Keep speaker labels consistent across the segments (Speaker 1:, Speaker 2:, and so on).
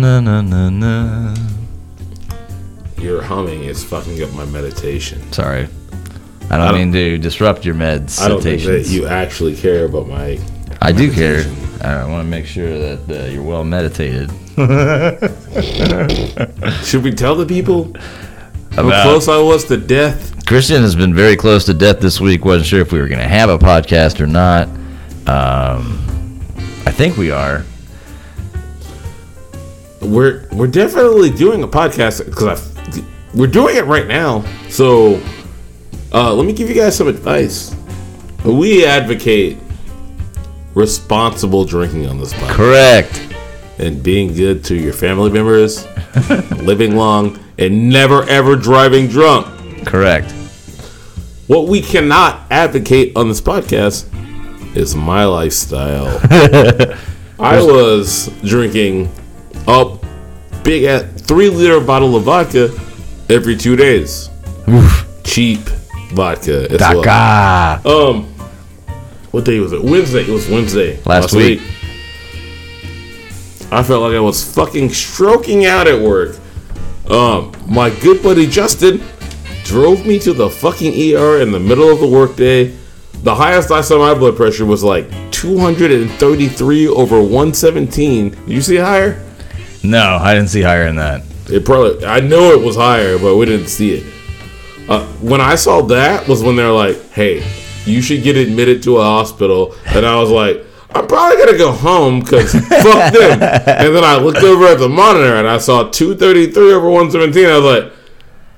Speaker 1: Na-na-na-na-na.
Speaker 2: Your humming is fucking up my meditation.
Speaker 1: Sorry. I don't,
Speaker 2: I don't-
Speaker 1: mean to disrupt your med
Speaker 2: I don't think that
Speaker 1: citations.
Speaker 2: you actually care about my.
Speaker 1: I do care.
Speaker 2: meditation.
Speaker 1: I want to make sure that uh, you're well meditated.
Speaker 2: Should we tell the people how
Speaker 1: About-
Speaker 2: close I was to death?
Speaker 1: Christian has been very close to death this week. Wasn't sure if we were going to have a podcast or not. Um, I think we are.
Speaker 2: We're we're definitely doing a podcast because we're doing it right now. So uh, let me give you guys some advice. We advocate responsible drinking on this podcast
Speaker 1: Correct.
Speaker 2: and being good to your family members, living long, and never ever driving drunk.
Speaker 1: Correct.
Speaker 2: What we cannot advocate on this podcast is my lifestyle. I was drinking a big at three liter bottle of vodka every two days. Cheap vodka as well.
Speaker 1: Daka.
Speaker 2: Um, what day was it? Wednesday. It was Wednesday
Speaker 1: Last week.
Speaker 2: I felt like I was fucking stroking out at work. Um, my good buddy Justin drove me to the fucking ER in the middle of the workday. The highest I saw my blood pressure was like 233 over 117. Did you see higher?
Speaker 1: No, I didn't see higher than that.
Speaker 2: It probably I know it was higher, but we didn't see it. Uh, when I saw that was when they're like, "Hey, you should get admitted to a hospital," and I was like, "I'm probably gonna go home because fuck them." And then I looked over at the monitor and I saw 233 over 117. I was like,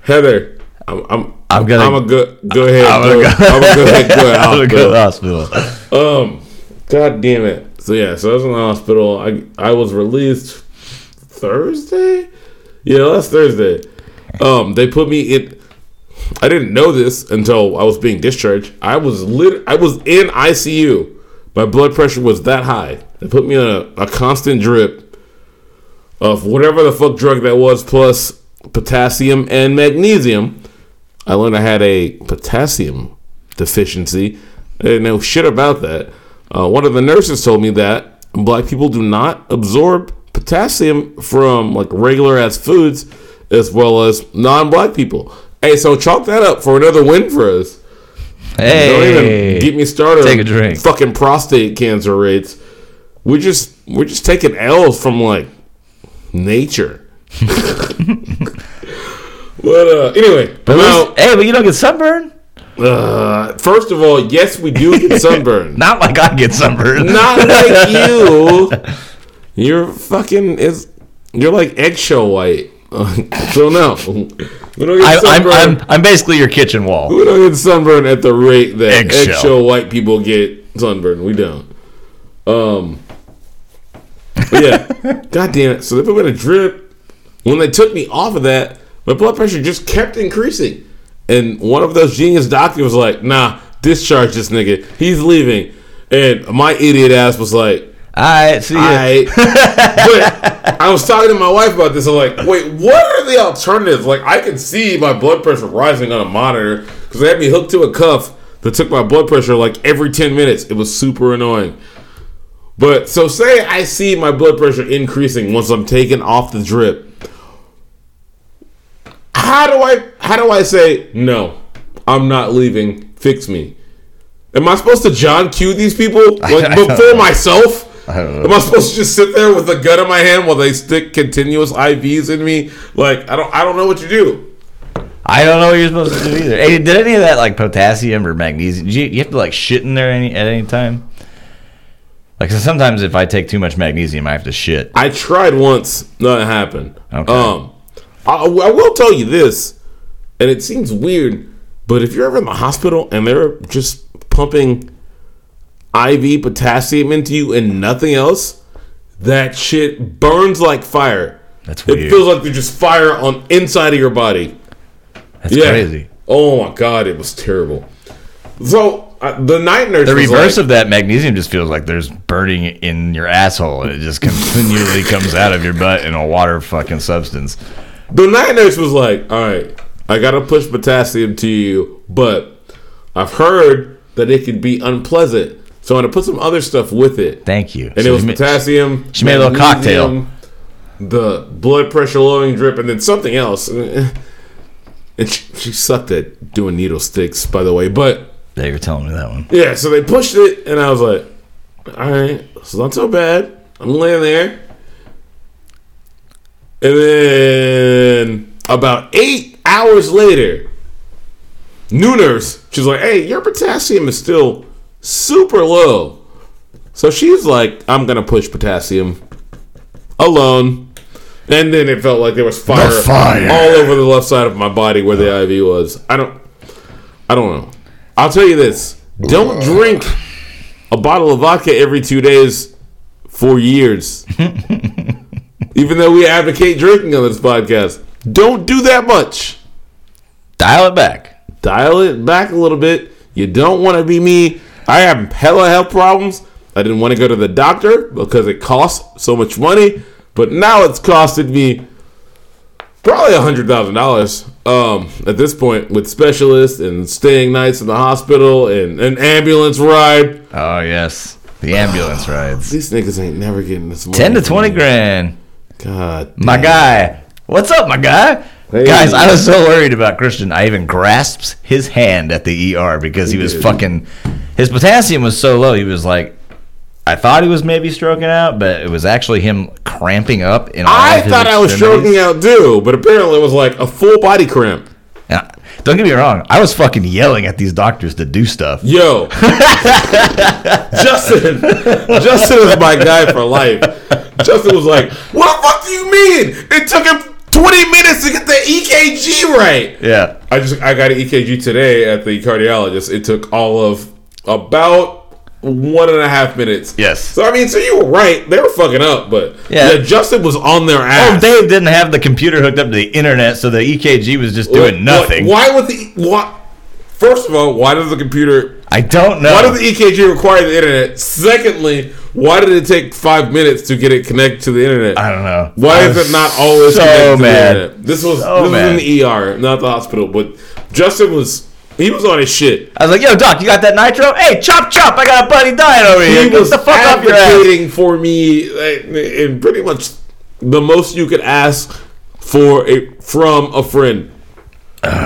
Speaker 2: "Heather, I'm I'm
Speaker 1: I'm gonna-
Speaker 2: I'm a go go ahead
Speaker 1: I'm
Speaker 2: go,
Speaker 1: gonna go-
Speaker 2: I'm gonna go ahead go,
Speaker 1: I
Speaker 2: out,
Speaker 1: would
Speaker 2: bro."
Speaker 1: go to the hospital.
Speaker 2: Um, god damn it. So yeah, so I was in the hospital. I I was released Thursday. Yeah, last Thursday. Um, they put me in. I didn't know this until I was being discharged. I was lit. I was in ICU. My blood pressure was that high. They put me on a, a constant drip of whatever the fuck drug that was, plus potassium and magnesium. I learned I had a potassium deficiency. I didn't know shit about that. Uh, one of the nurses told me that black people do not absorb potassium from like regular ass foods as well as non black people. Hey, so chalk that up for another win for us. Don't even
Speaker 1: Hey.
Speaker 2: get me started.
Speaker 1: Take a
Speaker 2: on
Speaker 1: drink.
Speaker 2: Fucking prostate cancer rates. We're just we're just taking L's from like nature. but uh, anyway,
Speaker 1: But at
Speaker 2: well,
Speaker 1: least- hey, but you don't get sunburn?
Speaker 2: uh, first of all, yes, we do get sunburned.
Speaker 1: Not like I get sunburn.
Speaker 2: Not like you. You're fucking is. You're like eggshell white. so no, we
Speaker 1: I,
Speaker 2: don't get
Speaker 1: I'm,
Speaker 2: sunburned.
Speaker 1: I'm, I'm basically your kitchen wall.
Speaker 2: we don't get sunburned at the rate that
Speaker 1: Eggshell.
Speaker 2: eggshell, white people get sunburned. We don't. Um. But yeah. God damn it. So they put me in a drip. When they took me off of that, my blood pressure just kept increasing. And one of those genius doctors was like, nah, discharge this nigga. He's leaving. And my idiot ass was like,
Speaker 1: All right, see ya.
Speaker 2: I, but I was talking to my wife about this. I'm like, wait, what are the alternatives? Like, I can see my blood pressure rising on a monitor because they had me hooked to a cuff that took my blood pressure like every 10 minutes. It was super annoying. But so, say I see my blood pressure increasing once I'm taken off the drip. How do I how do I say no? I'm not leaving. Fix me. Am I supposed to John Q these people like
Speaker 1: I don't
Speaker 2: before myself?
Speaker 1: I don't know.
Speaker 2: Am I supposed to just sit there with a gun in my hand while they stick continuous IVs in me? Like I don't I don't know what you do.
Speaker 1: I don't know what you're supposed to do either. Hey, did any of that like potassium or magnesium? Do you, you have to like shit in there any at any time? Like 'cause sometimes if I take too much magnesium, I have to shit.
Speaker 2: I tried once, nothing happened.
Speaker 1: Okay.
Speaker 2: Um, I, I will tell you this, and it seems weird, but if you're ever in the hospital and they're just pumping IV potassium into you and nothing else, that shit burns like fire.
Speaker 1: That's
Speaker 2: It
Speaker 1: weird.
Speaker 2: feels like there's just fire on inside of your body.
Speaker 1: That's crazy.
Speaker 2: Oh my god, it was terrible. So uh, the night nurse.
Speaker 1: The
Speaker 2: was
Speaker 1: reverse
Speaker 2: like,
Speaker 1: of that magnesium just feels like there's burning in your asshole, and it just continually comes out of your butt in a water fucking substance.
Speaker 2: the night nurse was like, "All right, I gotta push potassium to you, but I've heard that it could be unpleasant, so I'm gonna put some other stuff with it."
Speaker 1: Thank you.
Speaker 2: And
Speaker 1: So
Speaker 2: it was
Speaker 1: you ma-
Speaker 2: potassium.
Speaker 1: she made a little cocktail.
Speaker 2: magnesium, the blood pressure lowering drip, and then something else. And she, she sucked at doing needle sticks, by the way. But
Speaker 1: Yeah, you're telling me that one.
Speaker 2: yeah, so they pushed it, and I was like, all right, it's not so bad. I'm laying there. And then about eight hours later, new nurse, she's like, hey, your potassium is still super low. So she's like, I'm going to push potassium alone. And then it felt like there was fire,
Speaker 1: fire.
Speaker 2: all over the left side of my body where the IV was. I don't I don't know. I'll tell you this. Don't drink a bottle of vodka every 2 days for years. Even though we advocate drinking on this podcast, don't do that much.
Speaker 1: Dial it back.
Speaker 2: Dial it back a little bit. You don't want to be me. I have hella health problems. I didn't want to go to the doctor because it costs so much money, but now it's costed me probably a hundred thousand dollars um at this point with specialists and staying nights in the hospital and an ambulance ride
Speaker 1: Oh yes, the ambulance rides.
Speaker 2: these niggas ain't never getting this money
Speaker 1: Ten to
Speaker 2: from
Speaker 1: twenty
Speaker 2: me.
Speaker 1: grand.
Speaker 2: god
Speaker 1: My guy. What's up, my guy?
Speaker 2: Hey.
Speaker 1: Guys, I was so worried about Christian. I even grasped his hand at the ER because he, was
Speaker 2: did.
Speaker 1: fucking. His potassium was so low. He was like, I thought he was maybe stroking out, but it was actually him cramping up. In all
Speaker 2: i
Speaker 1: of his
Speaker 2: thought i was
Speaker 1: extremities.
Speaker 2: stroking out too but apparently it was like a full body cramp
Speaker 1: Yeah. Don't get me wrong. I was fucking yelling at these doctors to do stuff.
Speaker 2: Yo, Justin, Justin is my guy for life. Justin was like, "What the fuck do you mean? It took him 20 minutes to get the EKG right."
Speaker 1: Yeah.
Speaker 2: I just I got an EKG today at the cardiologist. It took all of about one and a half minutes.
Speaker 1: Yes.
Speaker 2: So I mean, so you were right. They were fucking up, but
Speaker 1: Yeah.
Speaker 2: yeah, Justin was on their ass.
Speaker 1: Oh, Dave didn't have the computer hooked up to the internet, so the EKG was just doing nothing.
Speaker 2: Why would the why? First of all, why does the computer
Speaker 1: I don't know.
Speaker 2: Why did the EKG require the internet? Secondly, why did it take five minutes to get it connected to the internet?
Speaker 1: I don't know.
Speaker 2: Why
Speaker 1: I
Speaker 2: is
Speaker 1: was
Speaker 2: it not always
Speaker 1: so
Speaker 2: connected
Speaker 1: mad.
Speaker 2: to the internet? This was
Speaker 1: So
Speaker 2: this
Speaker 1: mad.
Speaker 2: was in the ER, not the hospital. But Justin was he was on his shit.
Speaker 1: I was like, yo, Doc, you got that nitro? Hey, chop, chop, I got a buddy dying over here.
Speaker 2: He
Speaker 1: Get
Speaker 2: was
Speaker 1: the fuck off your ass.
Speaker 2: advocating for me, like, and pretty much the most you could ask for a from a friend.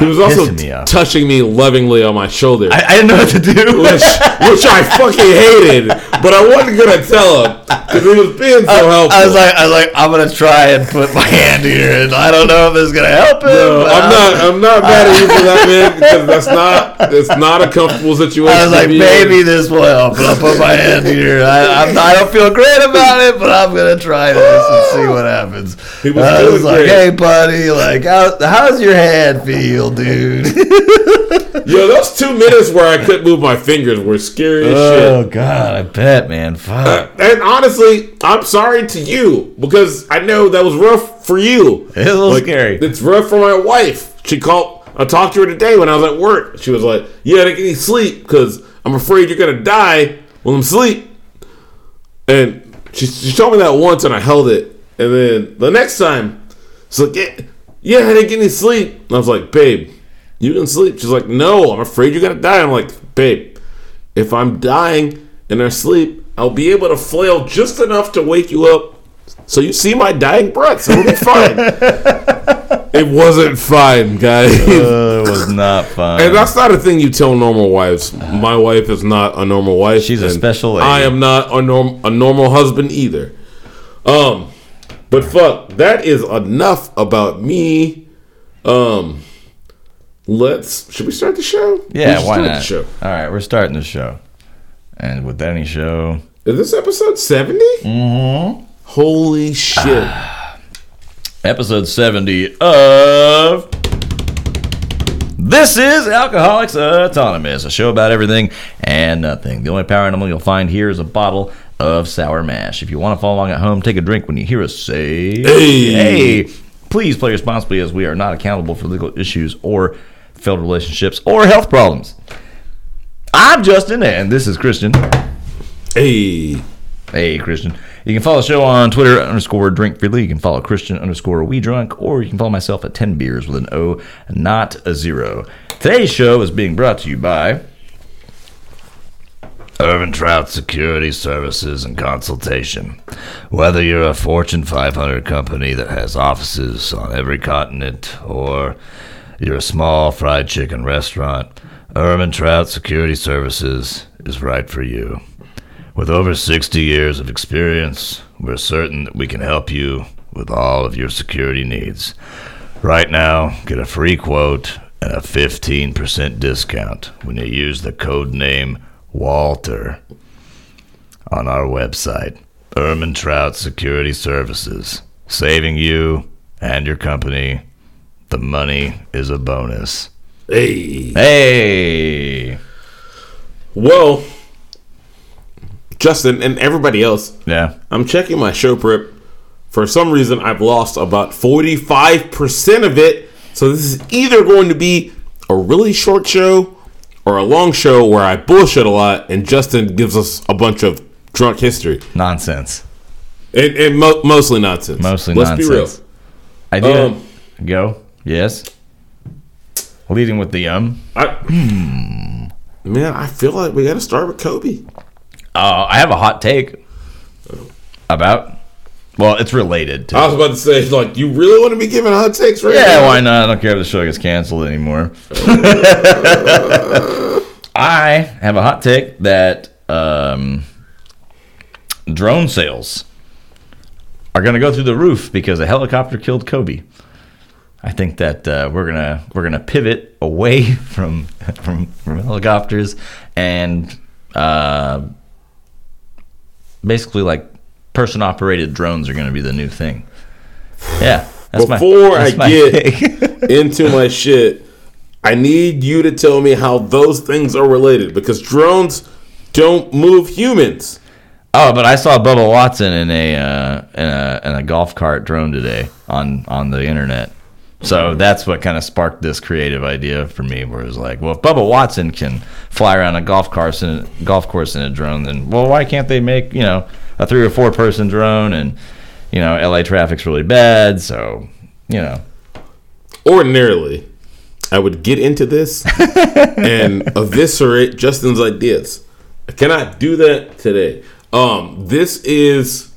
Speaker 2: He was also
Speaker 1: pissing me off.
Speaker 2: touching me lovingly on my shoulder.
Speaker 1: I, I didn't know what to do.
Speaker 2: which, which I fucking hated, but I wasn't gonna tell him because he was being so helpful.
Speaker 1: I was like, I was like, I'm gonna try and put my hand here, and I don't know if this is gonna help him.
Speaker 2: No,
Speaker 1: but
Speaker 2: I'm not. I'm
Speaker 1: uh,
Speaker 2: not mad at you for that, man. Because that's not. It's not a comfortable situation.
Speaker 1: I was
Speaker 2: to
Speaker 1: like,
Speaker 2: be in.
Speaker 1: maybe this will help. I'll put my hand here. I, I'm, I don't feel great about it, but I'm gonna try this and see what happens.
Speaker 2: He was
Speaker 1: I
Speaker 2: doing
Speaker 1: was like,
Speaker 2: great.
Speaker 1: hey, buddy, like, how, how's your hand feel, dude?
Speaker 2: Yo, those two minutes where I couldn't move my fingers were scary as shit.
Speaker 1: oh God, I bet, man. Fuck,
Speaker 2: And honestly, I'm sorry to you because I know that was rough for you.
Speaker 1: it's a little
Speaker 2: Like,
Speaker 1: scary.
Speaker 2: It's rough for my wife. She called. I talked to her today when I was at work. She was like, "Yeah, I didn't get any sleep because I'm afraid you're gonna die when I'm asleep." And she, she told me that once, and I held it. And then the next time, she's like, "Yeah, yeah, I didn't get any sleep." And I was like, "Babe, you can sleep." She's like, "No, I'm afraid you're gonna die." I'm like, "Babe, if I'm dying in her sleep, I'll be able to flail just enough to wake you up." So you see my dying breaths. It'll be fine. It wasn't fun, guys.
Speaker 1: Uh, it was not fun.
Speaker 2: and that's not a thing you tell normal wives. My wife is not a normal wife.
Speaker 1: Uh-huh. She's a
Speaker 2: and
Speaker 1: special
Speaker 2: I
Speaker 1: lady.
Speaker 2: am not a, norm- a normal husband either. Um, but fuck, that is enough about me. Um, let's should we start the show? We
Speaker 1: Yeah,
Speaker 2: should
Speaker 1: why
Speaker 2: start
Speaker 1: not?
Speaker 2: The show.
Speaker 1: All right, we're starting the show, and with any show,
Speaker 2: Is this episode 70 Mm-hmm. Holy shit!
Speaker 1: episode seventy of this is Alcoholics Autonomous, a show about everything and nothing. The only power animal you'll find here is a bottle of sour mash. If you want to follow along at home, take a drink when you hear us say,
Speaker 2: Hey.
Speaker 1: hey. Please play responsibly, as we are not accountable for legal issues or failed relationships or health problems." I'm Justin, and this is Christian.
Speaker 2: hey,
Speaker 1: Hey, Christian. You can follow the show on Twitter underscore drink freely. You can follow Christian underscore we drunk, or you can follow myself at 10 beers with an O, not a zero. Today's show is being brought to you by Irvin Trout Security Services and Consultation. Whether you're a Fortune 500 company that has offices on every continent or you're a small fried chicken restaurant, Irvin Trout Security Services is right for you. With over 60 years of experience, we're certain that we can help you with all of your security needs. Right now, get a free quote and a 15% discount when you use the code name Walter on our website, Erman Trout Security Services, saving you and your company. The money is a bonus.
Speaker 2: Hey.
Speaker 1: Hey!
Speaker 2: Well, Justin and everybody else,
Speaker 1: Yeah.
Speaker 2: I'm checking my show prep. For some reason, I've lost about 45% of it. So this is either going to be a really short show or a long show where I bullshit a lot and Justin gives us a bunch of drunk history
Speaker 1: Nonsense.
Speaker 2: and, and mo- mostly nonsense.
Speaker 1: Mostly
Speaker 2: Let's
Speaker 1: nonsense.
Speaker 2: be real.
Speaker 1: I did.
Speaker 2: Um,
Speaker 1: Go. Yes. Leading with the um.
Speaker 2: I, Hmm. man, I feel like we got to start with Kobe.
Speaker 1: Uh, I have a hot take about. Well, it's related to.
Speaker 2: I was about to say, like, you really want to be giving hot takes right now?
Speaker 1: Yeah, why not? I don't care if the show gets canceled anymore. I have a hot take that um, drone sales are going to go through the roof because a helicopter killed Kobe. I think that uh, we're gonna we're gonna pivot away from from, from helicopters and uh, basically like person operated drones are gonna be the new thing. Yeah, that's
Speaker 2: Before
Speaker 1: my,
Speaker 2: I
Speaker 1: that's my
Speaker 2: get-
Speaker 1: take.
Speaker 2: into my shit. I need you to tell me how those things are related because drones don't move humans.
Speaker 1: Oh, but I saw Bubba Watson in a, uh, in a in a golf cart drone today on on the internet. So that's what kind of sparked this creative idea for me, where it's like, well, if Bubba Watson can fly around a golf course in a golf course in a drone, then well, why can't they make you know a three or four person drone? And you know, LA traffic's really bad, so you know,
Speaker 2: Ordinarily, I would get into this and eviscerate Justin's ideas. I cannot do that today. Um, this is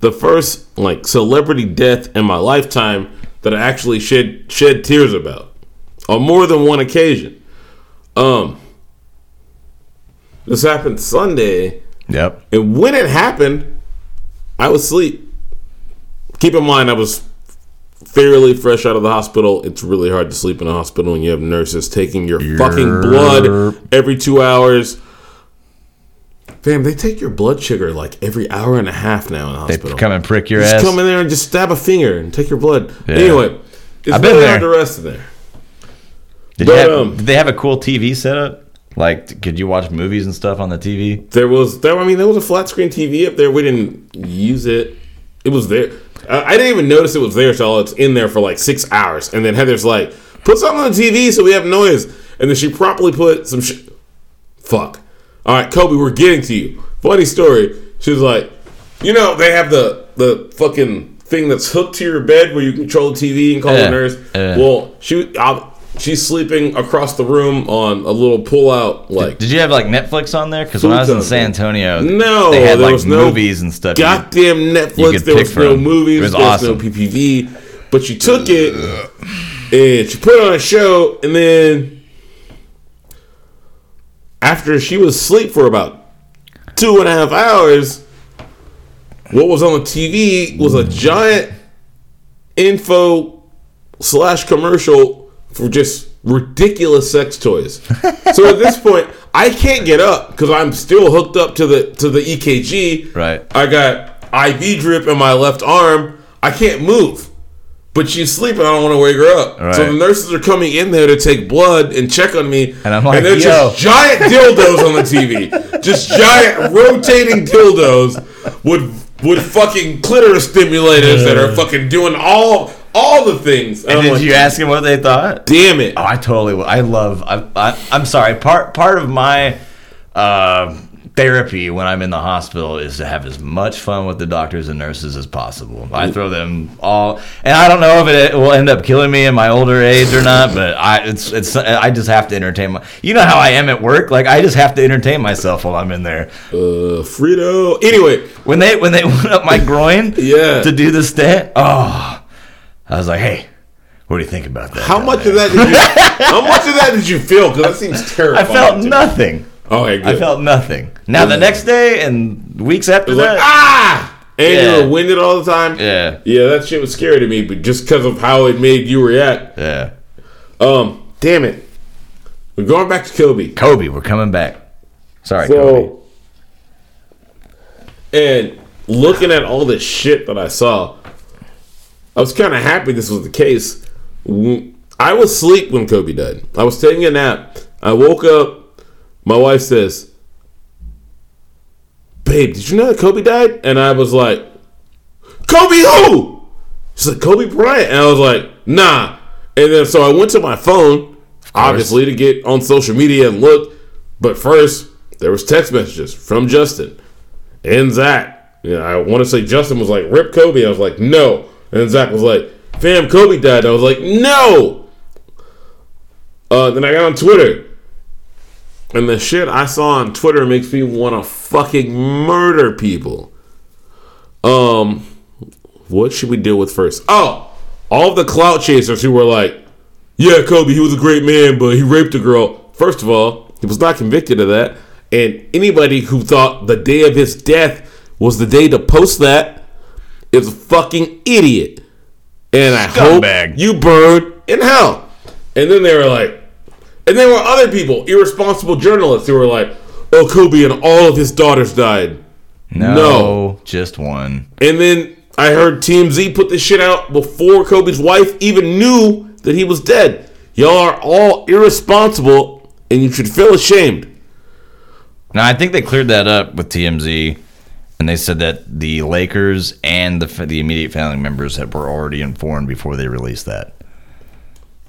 Speaker 2: the first like celebrity death in my lifetime that I actually shed shed tears about on more than one occasion. Um, this happened Sunday.
Speaker 1: yep,
Speaker 2: And when it happened, I was asleep. Keep in mind, I was fairly fresh out of the hospital. It's really hard to sleep in a hospital, and you have nurses taking your fucking blood every two hours. Fam, they take your blood sugar like every hour and a half now in the
Speaker 1: they
Speaker 2: hospital.
Speaker 1: come and prick your
Speaker 2: just
Speaker 1: ass.
Speaker 2: come in there and just stab a finger and take your blood.
Speaker 1: Yeah.
Speaker 2: Anyway, it's
Speaker 1: I've been
Speaker 2: really
Speaker 1: there.
Speaker 2: hard to rest in there.
Speaker 1: Did, you have,
Speaker 2: But, um,
Speaker 1: did they have a cool TV setup? Like, could you watch movies and stuff on the TV?
Speaker 2: There was there. I mean, there was a flat screen TV up there. We didn't use it. It was there. I, I didn't even notice it was there till it's in there for like six hours. And then Heather's like, "Put something on the TV so we have noise." And then she promptly put some shit. Fuck. All right, Kobe, we're getting to you. Funny story. She was like, "You know, they have the the fucking thing that's hooked to your bed where you control the TV and call
Speaker 1: Yeah.
Speaker 2: the nurse."
Speaker 1: Yeah.
Speaker 2: Well, she. I, She's sleeping across the room on a little pull-out, like
Speaker 1: Did you have like Netflix on there? Because when I was in
Speaker 2: Futon.
Speaker 1: San Antonio,
Speaker 2: No,
Speaker 1: they had
Speaker 2: there
Speaker 1: like
Speaker 2: was no
Speaker 1: movies and stuff. You-
Speaker 2: goddamn
Speaker 1: you could
Speaker 2: Netflix. There
Speaker 1: pick
Speaker 2: was no
Speaker 1: from.
Speaker 2: movies.
Speaker 1: It was
Speaker 2: there was
Speaker 1: awesome.
Speaker 2: no PPV. But she took it and she put on a show, and then after she was asleep for about two and a half hours, what was on the TV was
Speaker 1: Mm.
Speaker 2: a giant info slash commercial for just ridiculous sex toys. so at this point, I can't get up because I'm still hooked up to the to the EKG.
Speaker 1: Right.
Speaker 2: I got IV drip in my left arm. I can't move. But she's sleeping. I don't want to wake her up. So
Speaker 1: Right.
Speaker 2: the nurses are coming in there to take blood and check on me.
Speaker 1: And I'm like,
Speaker 2: they're
Speaker 1: "Yo."
Speaker 2: just giant dildos on the TV. Just giant rotating dildos with with fucking clitoris stimulators that are fucking doing all all the things. And I'm
Speaker 1: Did
Speaker 2: like,
Speaker 1: you Ah. ask them what they thought?
Speaker 2: damn it.
Speaker 1: Oh, I totally. will. I love. I, I, I'm sorry. Part part of my uh, therapy when I'm in the hospital is to have as much fun with the doctors and nurses as possible. I throw them all, and I don't know if it will end up killing me in my older age or not. But I, it's, it's, I just have to entertain my. You know how I am at work. Like I just have to entertain myself while I'm in there.
Speaker 2: Uh, Frito. Anyway,
Speaker 1: When they, when they went up my groin,
Speaker 2: Yeah.
Speaker 1: to do the stent. Oh, I was like, hey, what do you think about that?
Speaker 2: how
Speaker 1: down
Speaker 2: much
Speaker 1: there?
Speaker 2: of that did you? how much of that did you feel? Because that seems
Speaker 1: I
Speaker 2: terrifying.
Speaker 1: felt
Speaker 2: to me.
Speaker 1: nothing.
Speaker 2: Okay, good.
Speaker 1: I felt nothing. Now the next day and weeks
Speaker 2: It
Speaker 1: after
Speaker 2: was
Speaker 1: that,
Speaker 2: like ah, and
Speaker 1: Yeah.
Speaker 2: you were winded all the time.
Speaker 1: yeah,
Speaker 2: Yeah, that shit was scary to me, but just because of how it made you react.
Speaker 1: yeah.
Speaker 2: Um, damn it. We're going back to Kobe.
Speaker 1: Kobe, we're coming back. Sorry, Kobe.
Speaker 2: So, and looking at all this shit that I saw, I was kind of happy this was the case. W- I was asleep when Kobe died. I was taking a nap. I woke up. My wife says, Babe, did you know that Kobe died? And I was like, Kobe who? She's like, Kobe Bryant. And I was like, nah. And then so I went to my phone, obviously, to get on social media and look. But first, there was text messages from Justin and Zach. Yeah, I want to say Justin was like, rip Kobe. I was like, no. And then Zach was like, fam, Kobe died. I was like, no. Uh, then I got on Twitter. And the shit I saw on Twitter makes me want to fucking murder people. Um, what should we deal with first? Oh, all the clout chasers who were like, yeah, Kobe, he was a great man, but he raped a girl. First of all, he was not convicted of that. And anybody who thought the day of his death was the day to post that is a fucking idiot. And I
Speaker 1: Scumbag.
Speaker 2: hope you burn in hell. And then they were like, and there were other people, irresponsible journalists, who were like, oh, Kobe and all of his daughters died.
Speaker 1: No,
Speaker 2: No.
Speaker 1: just one.
Speaker 2: And then I heard TMZ put this shit out before Kobe's wife even knew that he was dead. Y'all are all irresponsible and you should feel ashamed.
Speaker 1: Now I think they cleared that up with TMZ, and they said that the Lakers and the the immediate family members had, were already informed before they released that.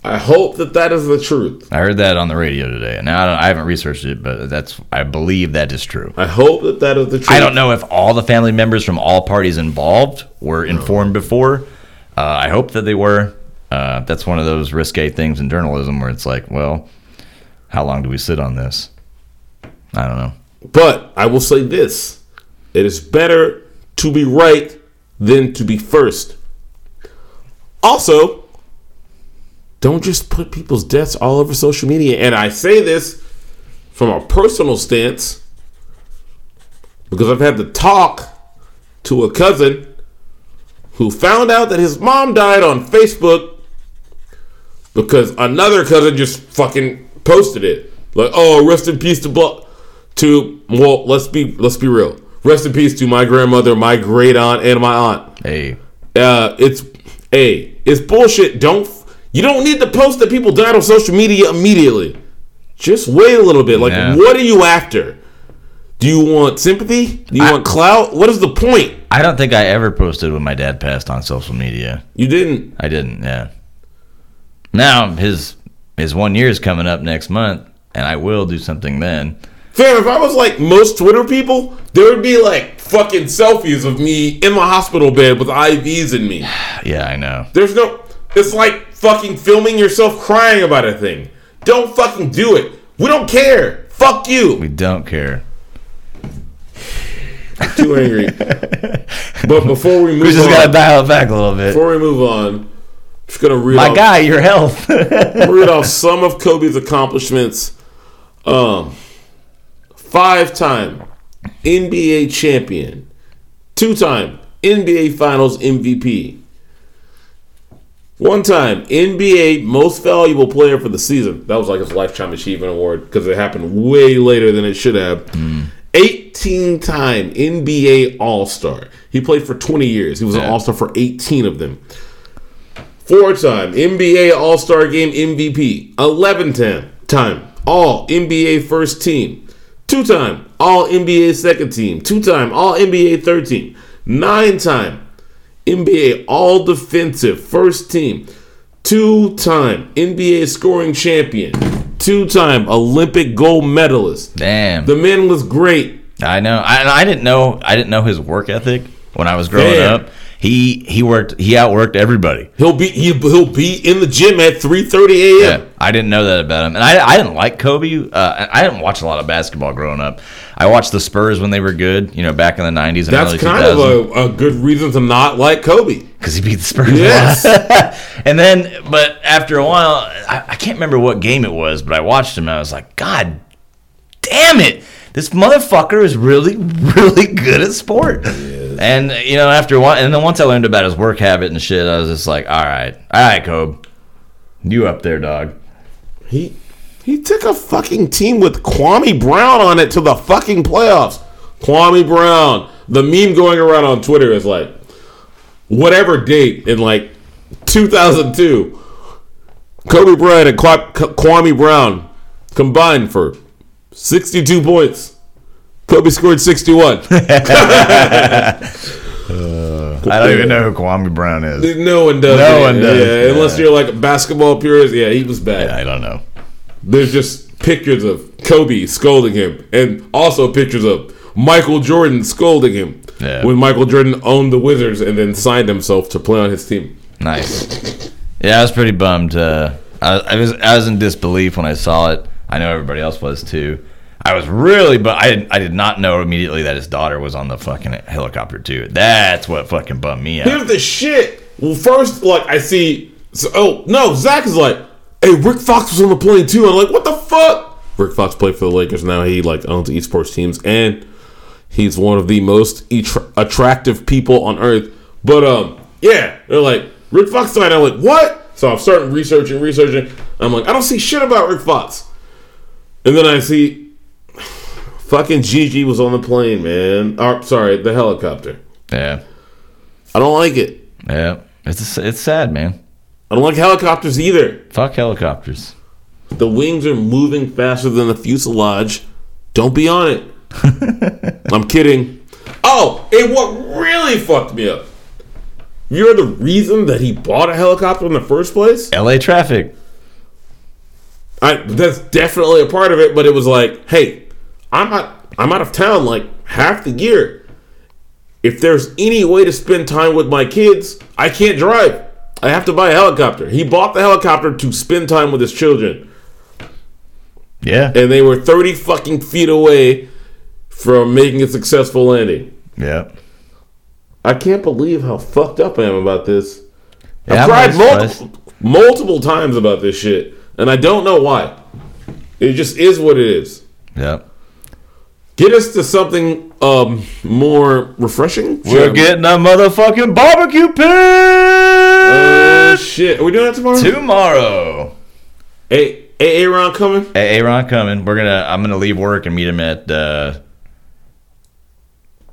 Speaker 2: I hope that that is the truth.
Speaker 1: I heard that on the radio today. Now I, don't, I haven't researched it, but that's I believe that is true.
Speaker 2: I hope that that is the truth.
Speaker 1: I don't know if all the family members from all parties involved were informed before. Uh, I hope that they were. Uh, that's one of those risque things in journalism where it's like, well, how long do we sit on this? I don't know.
Speaker 2: But I will say this it is better to be right than to be first. Also, don't just put people's deaths all over social media. And I say this from a personal stance because I've had to talk to a cousin who found out that his mom died on Facebook because another cousin just fucking posted it. Like, oh, rest in peace to blah to well, let's be let's be real. Rest in peace to my grandmother, my great aunt, and my aunt
Speaker 1: Hey,
Speaker 2: uh, it's a it's bullshit. Don't you don't need to post that people died on social media immediately. Just wait a little bit. Like,
Speaker 1: Yeah.
Speaker 2: what are you after? Do you want sympathy? Do you
Speaker 1: I-
Speaker 2: want clout? What is the point?
Speaker 1: I don't think I ever posted when my dad passed on social media.
Speaker 2: You didn't.
Speaker 1: I didn't. Yeah. Now his his one year is coming up next month, and I will do something then.
Speaker 2: Fam, if I was like most Twitter people, there would be like fucking selfies of me in my hospital bed with IVs in me.
Speaker 1: Yeah, I know.
Speaker 2: There's no. It's like fucking filming yourself crying about a thing. Don't fucking do it. We don't care. Fuck you.
Speaker 1: We don't care.
Speaker 2: too angry. but before we
Speaker 1: We
Speaker 2: move
Speaker 1: just
Speaker 2: on,
Speaker 1: gotta dial it back a little bit.
Speaker 2: before we move on, just gonna read
Speaker 1: My
Speaker 2: off,
Speaker 1: guy, your health.
Speaker 2: read off some of Kobe's accomplishments. Um, five-time NBA champion, two-time NBA Finals MVP, one-time NBA Most Valuable Player for the season. That was like his lifetime achievement award because it happened way later than it should have. 18 time NBA All Star. He played for 20 years. He was an
Speaker 1: Yeah.
Speaker 2: All Star for 18 of them. Four time NBA All Star Game MVP. 11 time, time All NBA First Team. Two time All NBA Second Team. Two time All NBA Third Team. Nine time NBA All Defensive First Team. Two time NBA Scoring Champion. Two time Olympic Gold Medalist.
Speaker 1: Damn.
Speaker 2: The man was great.
Speaker 1: I know. I, I didn't know. I didn't know his work ethic when I was growing
Speaker 2: Yeah.
Speaker 1: up. He he worked. He outworked everybody.
Speaker 2: He'll be he, he'll be in the gym at three thirty a.m.
Speaker 1: Yeah, I didn't know that about him, and I, I didn't like Kobe. Uh, I I didn't watch a lot of basketball growing up. I watched the Spurs when they were good, you know, back in the '90s and
Speaker 2: That's
Speaker 1: early
Speaker 2: kind
Speaker 1: 2000s.
Speaker 2: of a, a good reason to not like Kobe.
Speaker 1: because he beat the Spurs.
Speaker 2: Yes.
Speaker 1: and then, but after a while, I, I can't remember what game it was, but I watched him and I was like, God damn it. This motherfucker is really, really good at sport. And, you know, after a while, and then once I learned about his work habit and shit, I was just like, all right, all right, Kobe. You up there, dog.
Speaker 2: He he took a fucking team with Kwame Brown on it to the fucking playoffs. Kwame Brown. The meme going around on Twitter is like whatever date in like 2002 Kobe Bryant and Kwa- K- Kwame Brown combined for 62 points. Kobe scored 61.
Speaker 1: I don't even know who Kwame Brown is.
Speaker 2: no one does.
Speaker 1: No
Speaker 2: Yeah,
Speaker 1: one does.
Speaker 2: Yeah, unless you're like a basketball purist. Yeah, he was bad.
Speaker 1: I don't know.
Speaker 2: there's just pictures of Kobe scolding him, and also pictures of Michael Jordan scolding him
Speaker 1: Yeah.
Speaker 2: when Michael Jordan owned the Wizards and then signed himself to play on his team.
Speaker 1: Nice. Yeah, I was pretty bummed. Uh, I, I was I was in disbelief when I saw it. I know everybody else was too. I was really, but I didn't- I did not know immediately that his daughter was on the fucking helicopter too. That's what fucking bummed me out.
Speaker 2: Here's the shit. Well, first, like I see, so, oh no, Zach is like, hey, Rick Fox was on the plane too. I'm like, what the fuck? Rick Fox played for the Lakers. Now he like owns esports teams, and he's one of the most attra- attractive people on earth. But um, yeah, they're like Rick Fox died. I'm like, what? So I'm starting researching, researching. I'm like, I don't see shit about Rick Fox. And then I see, fucking Gigi was on the plane, man. Or sorry, the helicopter.
Speaker 1: Yeah,
Speaker 2: I don't like it.
Speaker 1: yeah. It's it's sad, man.
Speaker 2: I don't like helicopters either.
Speaker 1: Fuck helicopters.
Speaker 2: The wings are moving faster than the fuselage. Don't be on it. I'm kidding. Oh, and what really fucked me up. You're the reason that he bought a helicopter in the first place?
Speaker 1: L.A. traffic.
Speaker 2: I that's definitely a part of it, but it was like, hey, I'm out I'm out of town like half the year. If there's any way to spend time with my kids, I can't drive. I have to buy a helicopter. He bought the helicopter to spend time with his children.
Speaker 1: Yeah,
Speaker 2: and they were 30 fucking feet away from making a successful landing.
Speaker 1: yeah.
Speaker 2: I can't believe how fucked up I am about this.
Speaker 1: Yeah, I'm
Speaker 2: I've cried
Speaker 1: not
Speaker 2: multiple, multiple times about this shit, and I don't know why. It just is what it is.
Speaker 1: Yeah.
Speaker 2: Get us to something um, more refreshing.
Speaker 1: We're getting a motherfucking barbecue
Speaker 2: Oh,
Speaker 1: pit
Speaker 2: shit. Are we doing that tomorrow?
Speaker 1: tomorrow.
Speaker 2: Hey, hey, Aaron coming?
Speaker 1: Hey, Aaron, coming. We're gonna. I'm gonna leave work and meet him at uh,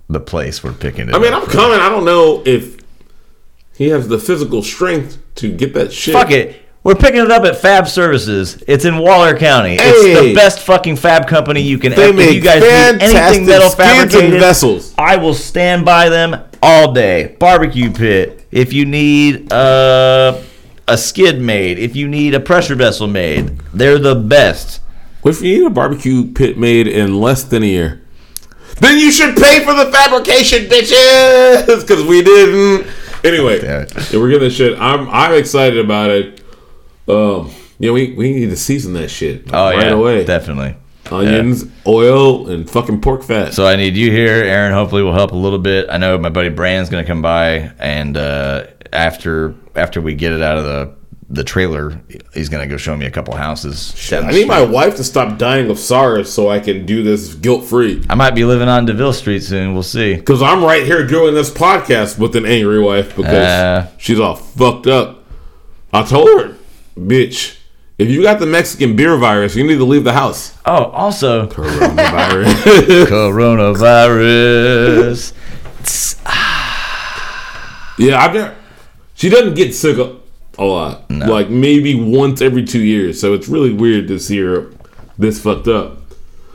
Speaker 1: the place we're picking. It
Speaker 2: I mean,
Speaker 1: up.
Speaker 2: I'm coming. I don't know if he has the physical strength to get that shit.
Speaker 1: fuck it. We're picking it up at Fab Services. It's in Waller County. It's
Speaker 2: Hey.
Speaker 1: the best fucking fab company you can.
Speaker 2: They
Speaker 1: if
Speaker 2: make
Speaker 1: you guys need anything
Speaker 2: fantastic
Speaker 1: metal
Speaker 2: skins and
Speaker 1: fabricated,
Speaker 2: vessels.
Speaker 1: I will stand by them all day. Barbecue pit. If you need uh, a skid made, if you need a pressure vessel made, they're the best.
Speaker 2: If you need a barbecue pit made in less than a year, then you should pay for the fabrication, bitches, because we didn't. Anyway,
Speaker 1: Damn it.
Speaker 2: yeah, we're getting this shit. I'm I'm excited about it. Um, yeah, we, we need to season that shit
Speaker 1: Oh
Speaker 2: right
Speaker 1: yeah,
Speaker 2: away.
Speaker 1: definitely.
Speaker 2: Onions, oil, and fucking pork fat.
Speaker 1: So I need you here. Aaron hopefully will help a little bit. I know my buddy Brand's gonna come by, and uh, after after we get it out of the the trailer, he's gonna go show me a couple houses. down the
Speaker 2: I need
Speaker 1: street.
Speaker 2: my wife to stop dying of SARS so I can do this guilt free.
Speaker 1: I might be living on Deville Street soon. We'll see.
Speaker 2: Because I'm right here doing this podcast with an angry wife because
Speaker 1: Uh.
Speaker 2: she's all fucked up. I told her, bitch, if you got the Mexican beer virus, you need to leave the house.
Speaker 1: Oh, also
Speaker 2: Coronavirus.
Speaker 1: coronavirus.
Speaker 2: yeah, I've never. She doesn't get sick a, a lot. Like maybe once every two years. So it's really weird to see her this fucked up.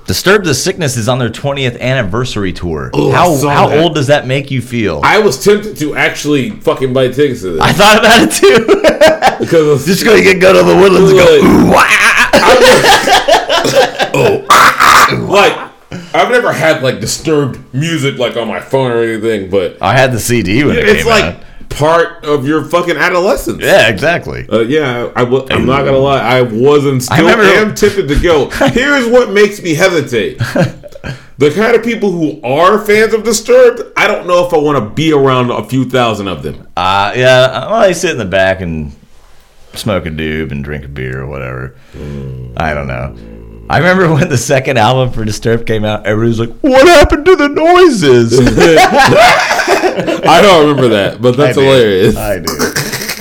Speaker 1: Disturb the Sickness is on their 20th anniversary tour.
Speaker 2: I
Speaker 1: how
Speaker 2: saw
Speaker 1: how
Speaker 2: that.
Speaker 1: old does Oh, that make you feel? I,
Speaker 2: I was tempted to actually fucking buy tickets to this
Speaker 1: thought about it too.
Speaker 2: because
Speaker 1: Just gonna get go to the woodlands and go.
Speaker 2: Like- Oh.
Speaker 1: "Ooh, wah."
Speaker 2: like I've never had like disturbed music like on my phone or anything, but
Speaker 1: I had the CD when it
Speaker 2: it's
Speaker 1: came
Speaker 2: like
Speaker 1: out.
Speaker 2: part of your fucking adolescence.
Speaker 1: Yeah, exactly.
Speaker 2: Uh, yeah, I, w- I'm not gonna lie. I was and still
Speaker 1: remember-
Speaker 2: am tempted to go. Here's what makes me hesitate: the kind of people who are fans of Disturbed. I don't know if I want to be around a few thousand of them.
Speaker 1: Uh, yeah, well, they sit in the back and smoke a doob and drink a beer or whatever.
Speaker 2: Mm.
Speaker 1: I don't know. I remember when the second album for Disturbed came out, everybody was like, "What happened to the noises?"
Speaker 2: I don't remember that, but that's
Speaker 1: I do.
Speaker 2: hilarious.
Speaker 1: I do.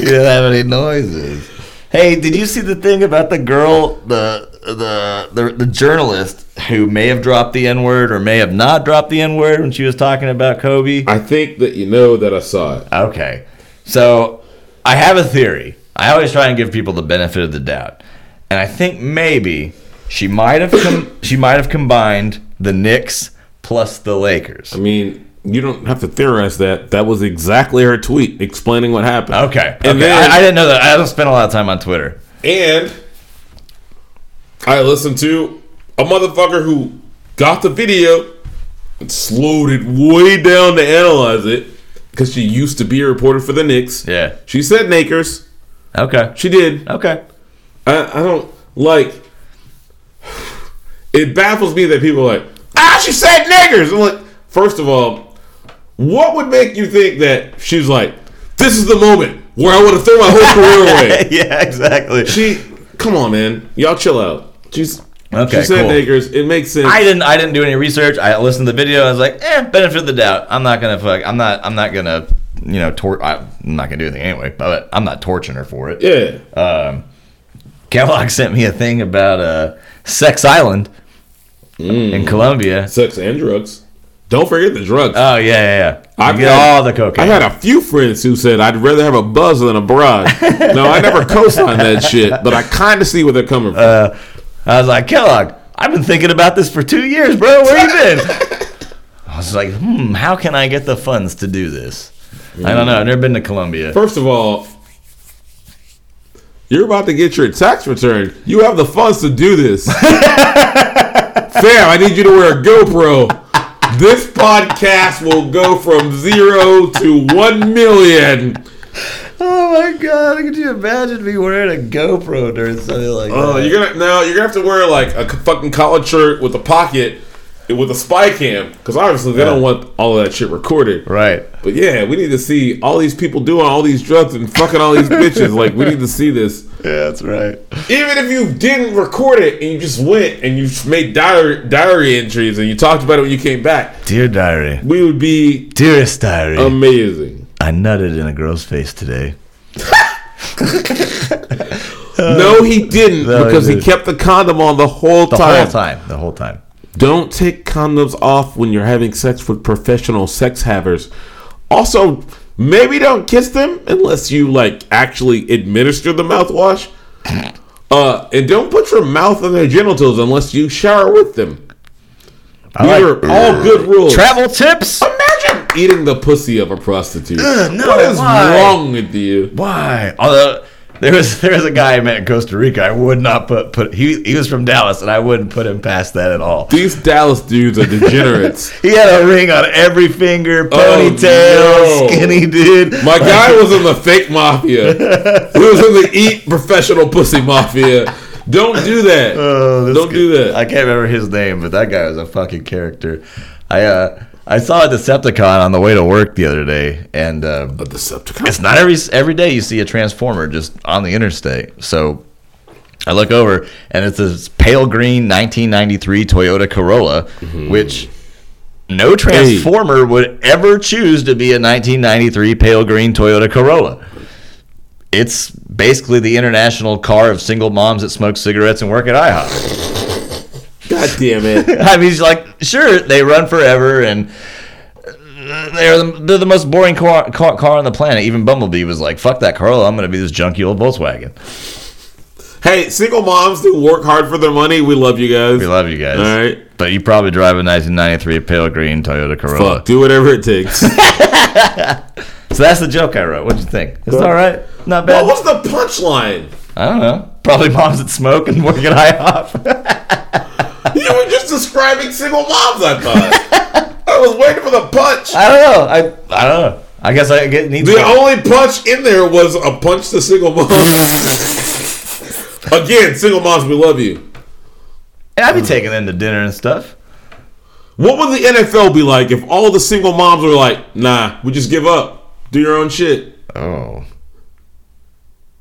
Speaker 1: you didn't have any noises. Hey, did you see the thing about the girl, the the the, the journalist who may have dropped the N word or may have not dropped the N word when she was talking about Kobe?
Speaker 2: I think that you know that I saw it.
Speaker 1: Okay. So I have a theory. I always try and give people the benefit of the doubt. And I think maybe she might have com- she might have combined the Knicks plus the Lakers.
Speaker 2: I mean, you don't have to theorize that. That was exactly her tweet explaining what happened.
Speaker 1: Okay.
Speaker 2: And
Speaker 1: okay.
Speaker 2: then-
Speaker 1: I, I didn't know that. I don't spend a lot of time on Twitter.
Speaker 2: And I listened to a motherfucker who got the video and slowed it way down to analyze it because she used to be a reporter for the Knicks.
Speaker 1: Yeah.
Speaker 2: She said Nakers.
Speaker 1: Okay.
Speaker 2: She did.
Speaker 1: Okay.
Speaker 2: I, I don't like. It baffles me that people are like, ah, she said niggers. I'm like, first of all, what would make you think that she's like, this is the moment where I want to throw my whole career away?
Speaker 1: yeah, exactly.
Speaker 2: She, come on, man, y'all chill out. She's
Speaker 1: Okay,
Speaker 2: She said
Speaker 1: cool.
Speaker 2: niggers. It makes sense.
Speaker 1: I didn't I didn't do any research. I listened to the video. I was like, eh, benefit of the doubt. I'm not gonna fuck. I'm not. I'm not gonna. You know, tor- I'm not gonna do anything anyway. But I'm not torturing her for it.
Speaker 2: yeah.
Speaker 1: Kellogg sent me a thing about uh, Sex Island in Colombia.
Speaker 2: Sex and drugs. Don't forget the drugs.
Speaker 1: Oh yeah, yeah, yeah. You
Speaker 2: I've
Speaker 1: get
Speaker 2: had-
Speaker 1: all the cocaine.
Speaker 2: I had a few friends who said I'd rather have a buzz than a broad. no, I never co-signed that shit, but I kind of see where they're coming from.
Speaker 1: I was like, Kellogg, I've been thinking about this for two years, bro. Where you been? I was like, hmm, how can I get the funds to do this? I don't know. I've never been to Colombia.
Speaker 2: First of all, you're about to get your tax return. You have the funds to do this. Fam, I need you to wear a GoPro. This podcast will go from zero to one million.
Speaker 1: Oh my god, could you imagine me wearing a GoPro during something like
Speaker 2: Oh, you're gonna no, you're gonna have to wear like a c- fucking collared shirt with a pocket with a spy cam because obviously they don't want all of that shit recorded.
Speaker 1: right.
Speaker 2: But yeah, we need to see all these people doing all these drugs and fucking all these bitches. Like we need to see this.
Speaker 1: Yeah, that's right.
Speaker 2: Even if you didn't record it and you just went and you made diary, diary entries and you talked about it when you came back,
Speaker 1: Dear diary,
Speaker 2: we would be
Speaker 1: dearest diary,
Speaker 2: amazing.
Speaker 1: I nutted in a girl's face today.
Speaker 2: no, he didn't
Speaker 1: Uh, no, he
Speaker 2: because he,
Speaker 1: didn't.
Speaker 2: kept the condom on the whole
Speaker 1: The
Speaker 2: time.
Speaker 1: whole time. The whole time.
Speaker 2: Don't take condoms off when you're having sex with professional sex havers. Also, maybe don't kiss them unless you like actually administer the mouthwash. Uh, and don't put your mouth on their genitals unless you shower with them. These
Speaker 1: like-
Speaker 2: are all good rules.
Speaker 1: Travel tips?
Speaker 2: Imagine eating the pussy of a prostitute.
Speaker 1: no,
Speaker 2: what is
Speaker 1: why?
Speaker 2: wrong with you?
Speaker 1: Why? Although there was there was a guy I met in Costa Rica. I would not put put he he was from Dallas, and I wouldn't put him past that at all.
Speaker 2: These Dallas dudes are degenerates.
Speaker 1: He had a ring on every finger, ponytail,
Speaker 2: Oh, no.
Speaker 1: skinny dude.
Speaker 2: My guy was in the fake mafia. He was in the eat professional pussy mafia. Don't do that.
Speaker 1: Oh, this
Speaker 2: Don't do
Speaker 1: guy-
Speaker 2: that.
Speaker 1: I can't remember his name, but that guy was a fucking character. I uh I saw a Decepticon on the way to work the other day, and um,
Speaker 2: But the Decepticon.
Speaker 1: it's not every every day you see a transformer just on the interstate. So I look over and it's this pale green 1993 Toyota Corolla, which no transformer would ever choose to be a 1993 pale green Toyota Corolla. It's basically the international car of single moms that smoke cigarettes and work at IHOP.
Speaker 2: God damn it.
Speaker 1: I mean, he's like, sure, they run forever, and they're the, they're the most boring car, car car on the planet. Even Bumblebee was like, "Fuck that Corolla, I'm gonna be this junky old Volkswagen."
Speaker 2: hey, single moms who work hard for their money, we love you guys.
Speaker 1: We love you guys,
Speaker 2: All right.
Speaker 1: but you probably drive a 1993 pale green Toyota Corolla.
Speaker 2: Fuck, do whatever it takes. what
Speaker 1: So that's the joke I wrote. What'd you think? It's all right, not bad.
Speaker 2: was the punchline?
Speaker 1: I don't know. Probably moms that smoke and work at IHOP.
Speaker 2: You were just subscribing single moms. I thought I was waiting for the punch.
Speaker 1: I don't know. I I don't know. I guess I get needs.
Speaker 2: The
Speaker 1: to-
Speaker 2: only punch in there was a punch to single moms. Again, single moms, we love you.
Speaker 1: and I'd be taking them to dinner and stuff.
Speaker 2: What would the NFL be like if all the single moms were like, "Nah, we just give up, do your own shit"?
Speaker 1: Oh,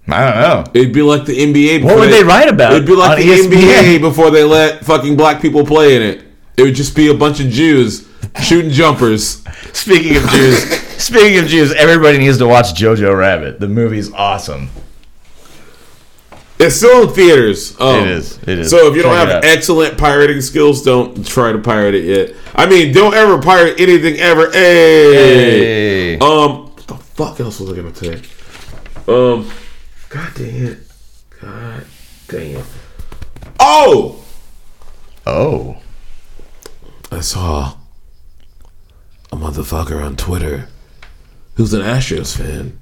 Speaker 1: I don't know.
Speaker 2: It'd be like the NBA.
Speaker 1: What
Speaker 2: before
Speaker 1: would they write about
Speaker 2: It'd be like
Speaker 1: on E
Speaker 2: the
Speaker 1: ESPN?
Speaker 2: NBA before they let fucking black people play in it. It would just be a bunch of Jews shooting jumpers.
Speaker 1: Speaking of Jews, speaking of Jews, everybody needs to watch Jojo Rabbit. The movie's awesome.
Speaker 2: It's still in theaters. Um,
Speaker 1: It is, it is.
Speaker 2: So if you don't
Speaker 1: Check it
Speaker 2: have
Speaker 1: out.
Speaker 2: excellent pirating skills, don't try to pirate it yet. I mean, don't ever pirate anything ever. Hey.
Speaker 1: Hey.
Speaker 2: Um. What the fuck else was I gonna say? Um. God damn it. God damn. Oh.
Speaker 1: Oh.
Speaker 2: I saw a motherfucker on Twitter who's an Astros fan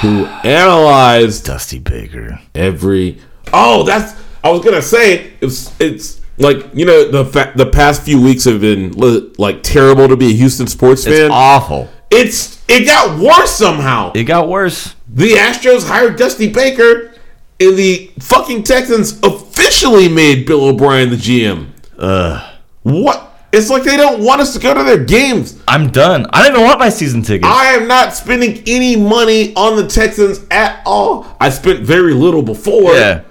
Speaker 2: who analyzed
Speaker 1: Dusty Baker.
Speaker 2: every. Oh, that's. I was gonna say it's it's like you know the fa- the past few weeks have been li- like terrible to be a Houston sports
Speaker 1: It's
Speaker 2: fan.
Speaker 1: awful.
Speaker 2: It's it got worse somehow.
Speaker 1: It got worse.
Speaker 2: The Astros hired Dusty Baker, and the fucking Texans officially made Bill O'Brien the GM.
Speaker 1: Ugh.
Speaker 2: What? It's like they don't want us to go to their games.
Speaker 1: I'm done. I don't even want my season ticket.
Speaker 2: I am not spending any money on the Texans at all. I spent very little before.
Speaker 1: Yeah.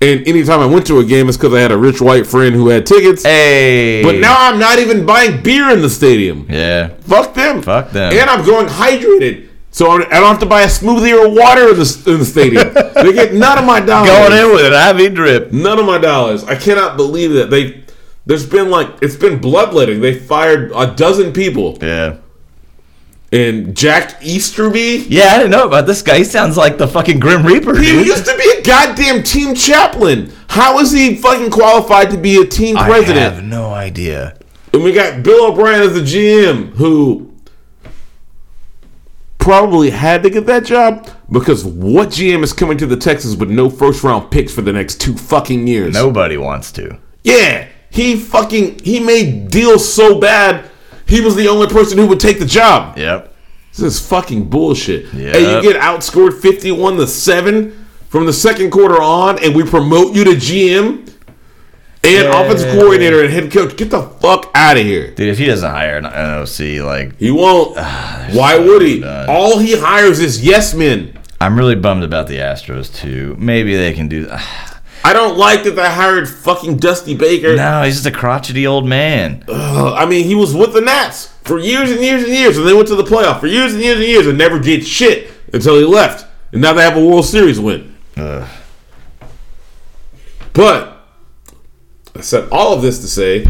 Speaker 2: And anytime I went to a game, it's because I had a rich white friend who had tickets.
Speaker 1: Hey.
Speaker 2: But now I'm not even buying beer in the stadium.
Speaker 1: Yeah.
Speaker 2: Fuck them.
Speaker 1: Fuck them.
Speaker 2: And I'm going hydrated. So I'm- I don't have to buy a smoothie or water in the, in the stadium. they get none of my dollars.
Speaker 1: Going in with an IV drip.
Speaker 2: None of my dollars. I cannot believe that they. There's been like it's been bloodletting. They fired a dozen people,
Speaker 1: Yeah.
Speaker 2: and Jack Easterby.
Speaker 1: Yeah, I didn't know about this guy. He sounds like the fucking Grim Reaper.
Speaker 2: He
Speaker 1: dude.
Speaker 2: used to be a goddamn team chaplain. How is he fucking qualified to be a team
Speaker 1: I
Speaker 2: president?
Speaker 1: have no idea.
Speaker 2: And we got Bill O'Brien as the GM, who probably had to get that job because what GM is coming to the Texans with no first round picks for the next two fucking years?
Speaker 1: Nobody wants to.
Speaker 2: Yeah, he fucking he made deals so bad. He was the only person who would take the job.
Speaker 1: Yep.
Speaker 2: This is fucking bullshit.
Speaker 1: Yep.
Speaker 2: And you get outscored 51 to 7 from the second quarter on, and we promote you to GM and offensive coordinator and head coach. Get the fuck out of here.
Speaker 1: Dude, if he doesn't hire an OC, like,
Speaker 2: He won't. Why would he?
Speaker 1: done.
Speaker 2: All he hires is yes men.
Speaker 1: I'm really bummed about the Astros, too. Maybe they can do
Speaker 2: I don't like that they hired fucking Dusty Baker.
Speaker 1: No, he's just a crotchety old man.
Speaker 2: Ugh, Uh, I mean, he was with the Nats for years and years and years, and they went to the playoff for years and years and years and never did shit until he left. And now they have a World Series win.
Speaker 1: Ugh.
Speaker 2: But I said all of this to say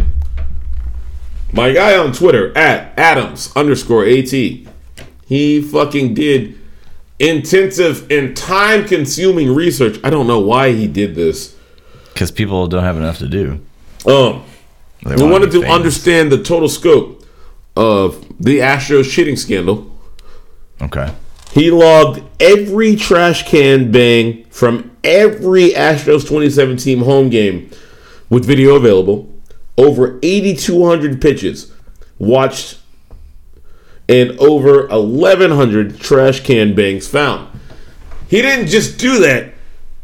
Speaker 2: my guy on Twitter at Adams underscore AT, he fucking did intensive and time consuming research. I don't know why he did this.
Speaker 1: Because people don't have enough to do.
Speaker 2: Um,
Speaker 1: They
Speaker 2: we
Speaker 1: wanna
Speaker 2: wanted
Speaker 1: be
Speaker 2: to
Speaker 1: famous.
Speaker 2: understand the total scope of the Astros cheating scandal.
Speaker 1: Okay.
Speaker 2: He logged every trash can bang from every Astros 2017 home game with video available. Over 8,200 pitches watched and over 1,100 trash can bangs found. He didn't just do that.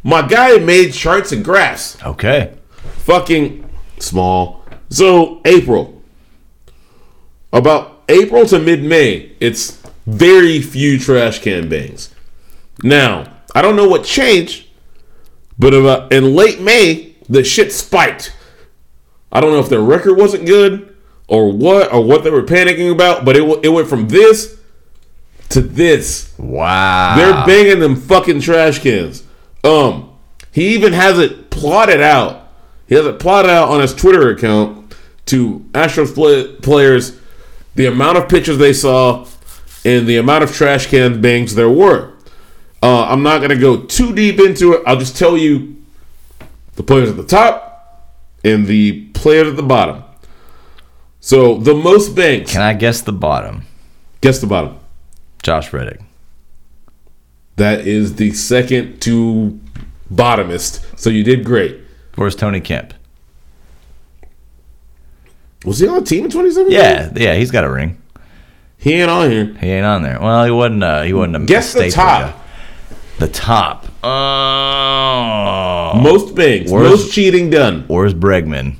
Speaker 2: My guy made charts and graphs
Speaker 1: Okay.
Speaker 2: fucking small. So April, about April to mid-May, it's very few trash can bangs. Now I don't know what changed, but about in late May the shit spiked. I don't know if their record wasn't good or what or what they were panicking about, but it w- it went from this to this.
Speaker 1: Wow.
Speaker 2: They're banging them fucking trash cans. Um, he even has it plotted out. He has it plotted out on his Twitter account to Astros play- players the amount of pictures they saw and the amount of trash can bangs there were. Uh, I'm not gonna go too deep into it. I'll just tell you the players at the top and the players at the bottom. So the most bangs.
Speaker 1: Can I guess the bottom?
Speaker 2: Guess the bottom.
Speaker 1: Josh Reddick.
Speaker 2: That is the second to bottomest. So you did great.
Speaker 1: Where's Tony Kemp?
Speaker 2: Was he on the team in 2017?
Speaker 1: Yeah, yeah, he's got a ring.
Speaker 2: He ain't on here.
Speaker 1: He ain't on there. Well, he wasn't. Uh, he wasn't a
Speaker 2: Guess the
Speaker 1: staple
Speaker 2: top.
Speaker 1: guy. The top. Oh,
Speaker 2: Most banks.
Speaker 1: Where's-
Speaker 2: most cheating done.
Speaker 1: where's Bregman?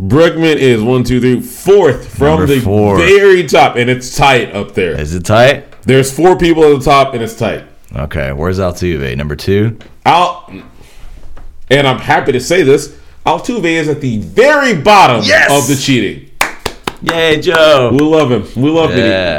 Speaker 2: Bregman is one, two, three, fourth from
Speaker 1: Number
Speaker 2: the
Speaker 1: four.
Speaker 2: very top, and it's tight up there.
Speaker 1: Is it tight?
Speaker 2: There's four people at the top, and it's tight.
Speaker 1: Okay, where's Altuve? Number two.
Speaker 2: Al, and I'm happy to say this, Altuve is at the very bottom
Speaker 1: Yes!
Speaker 2: of the cheating.
Speaker 1: Yay, Joe!
Speaker 2: We love him. We love
Speaker 1: Yeah,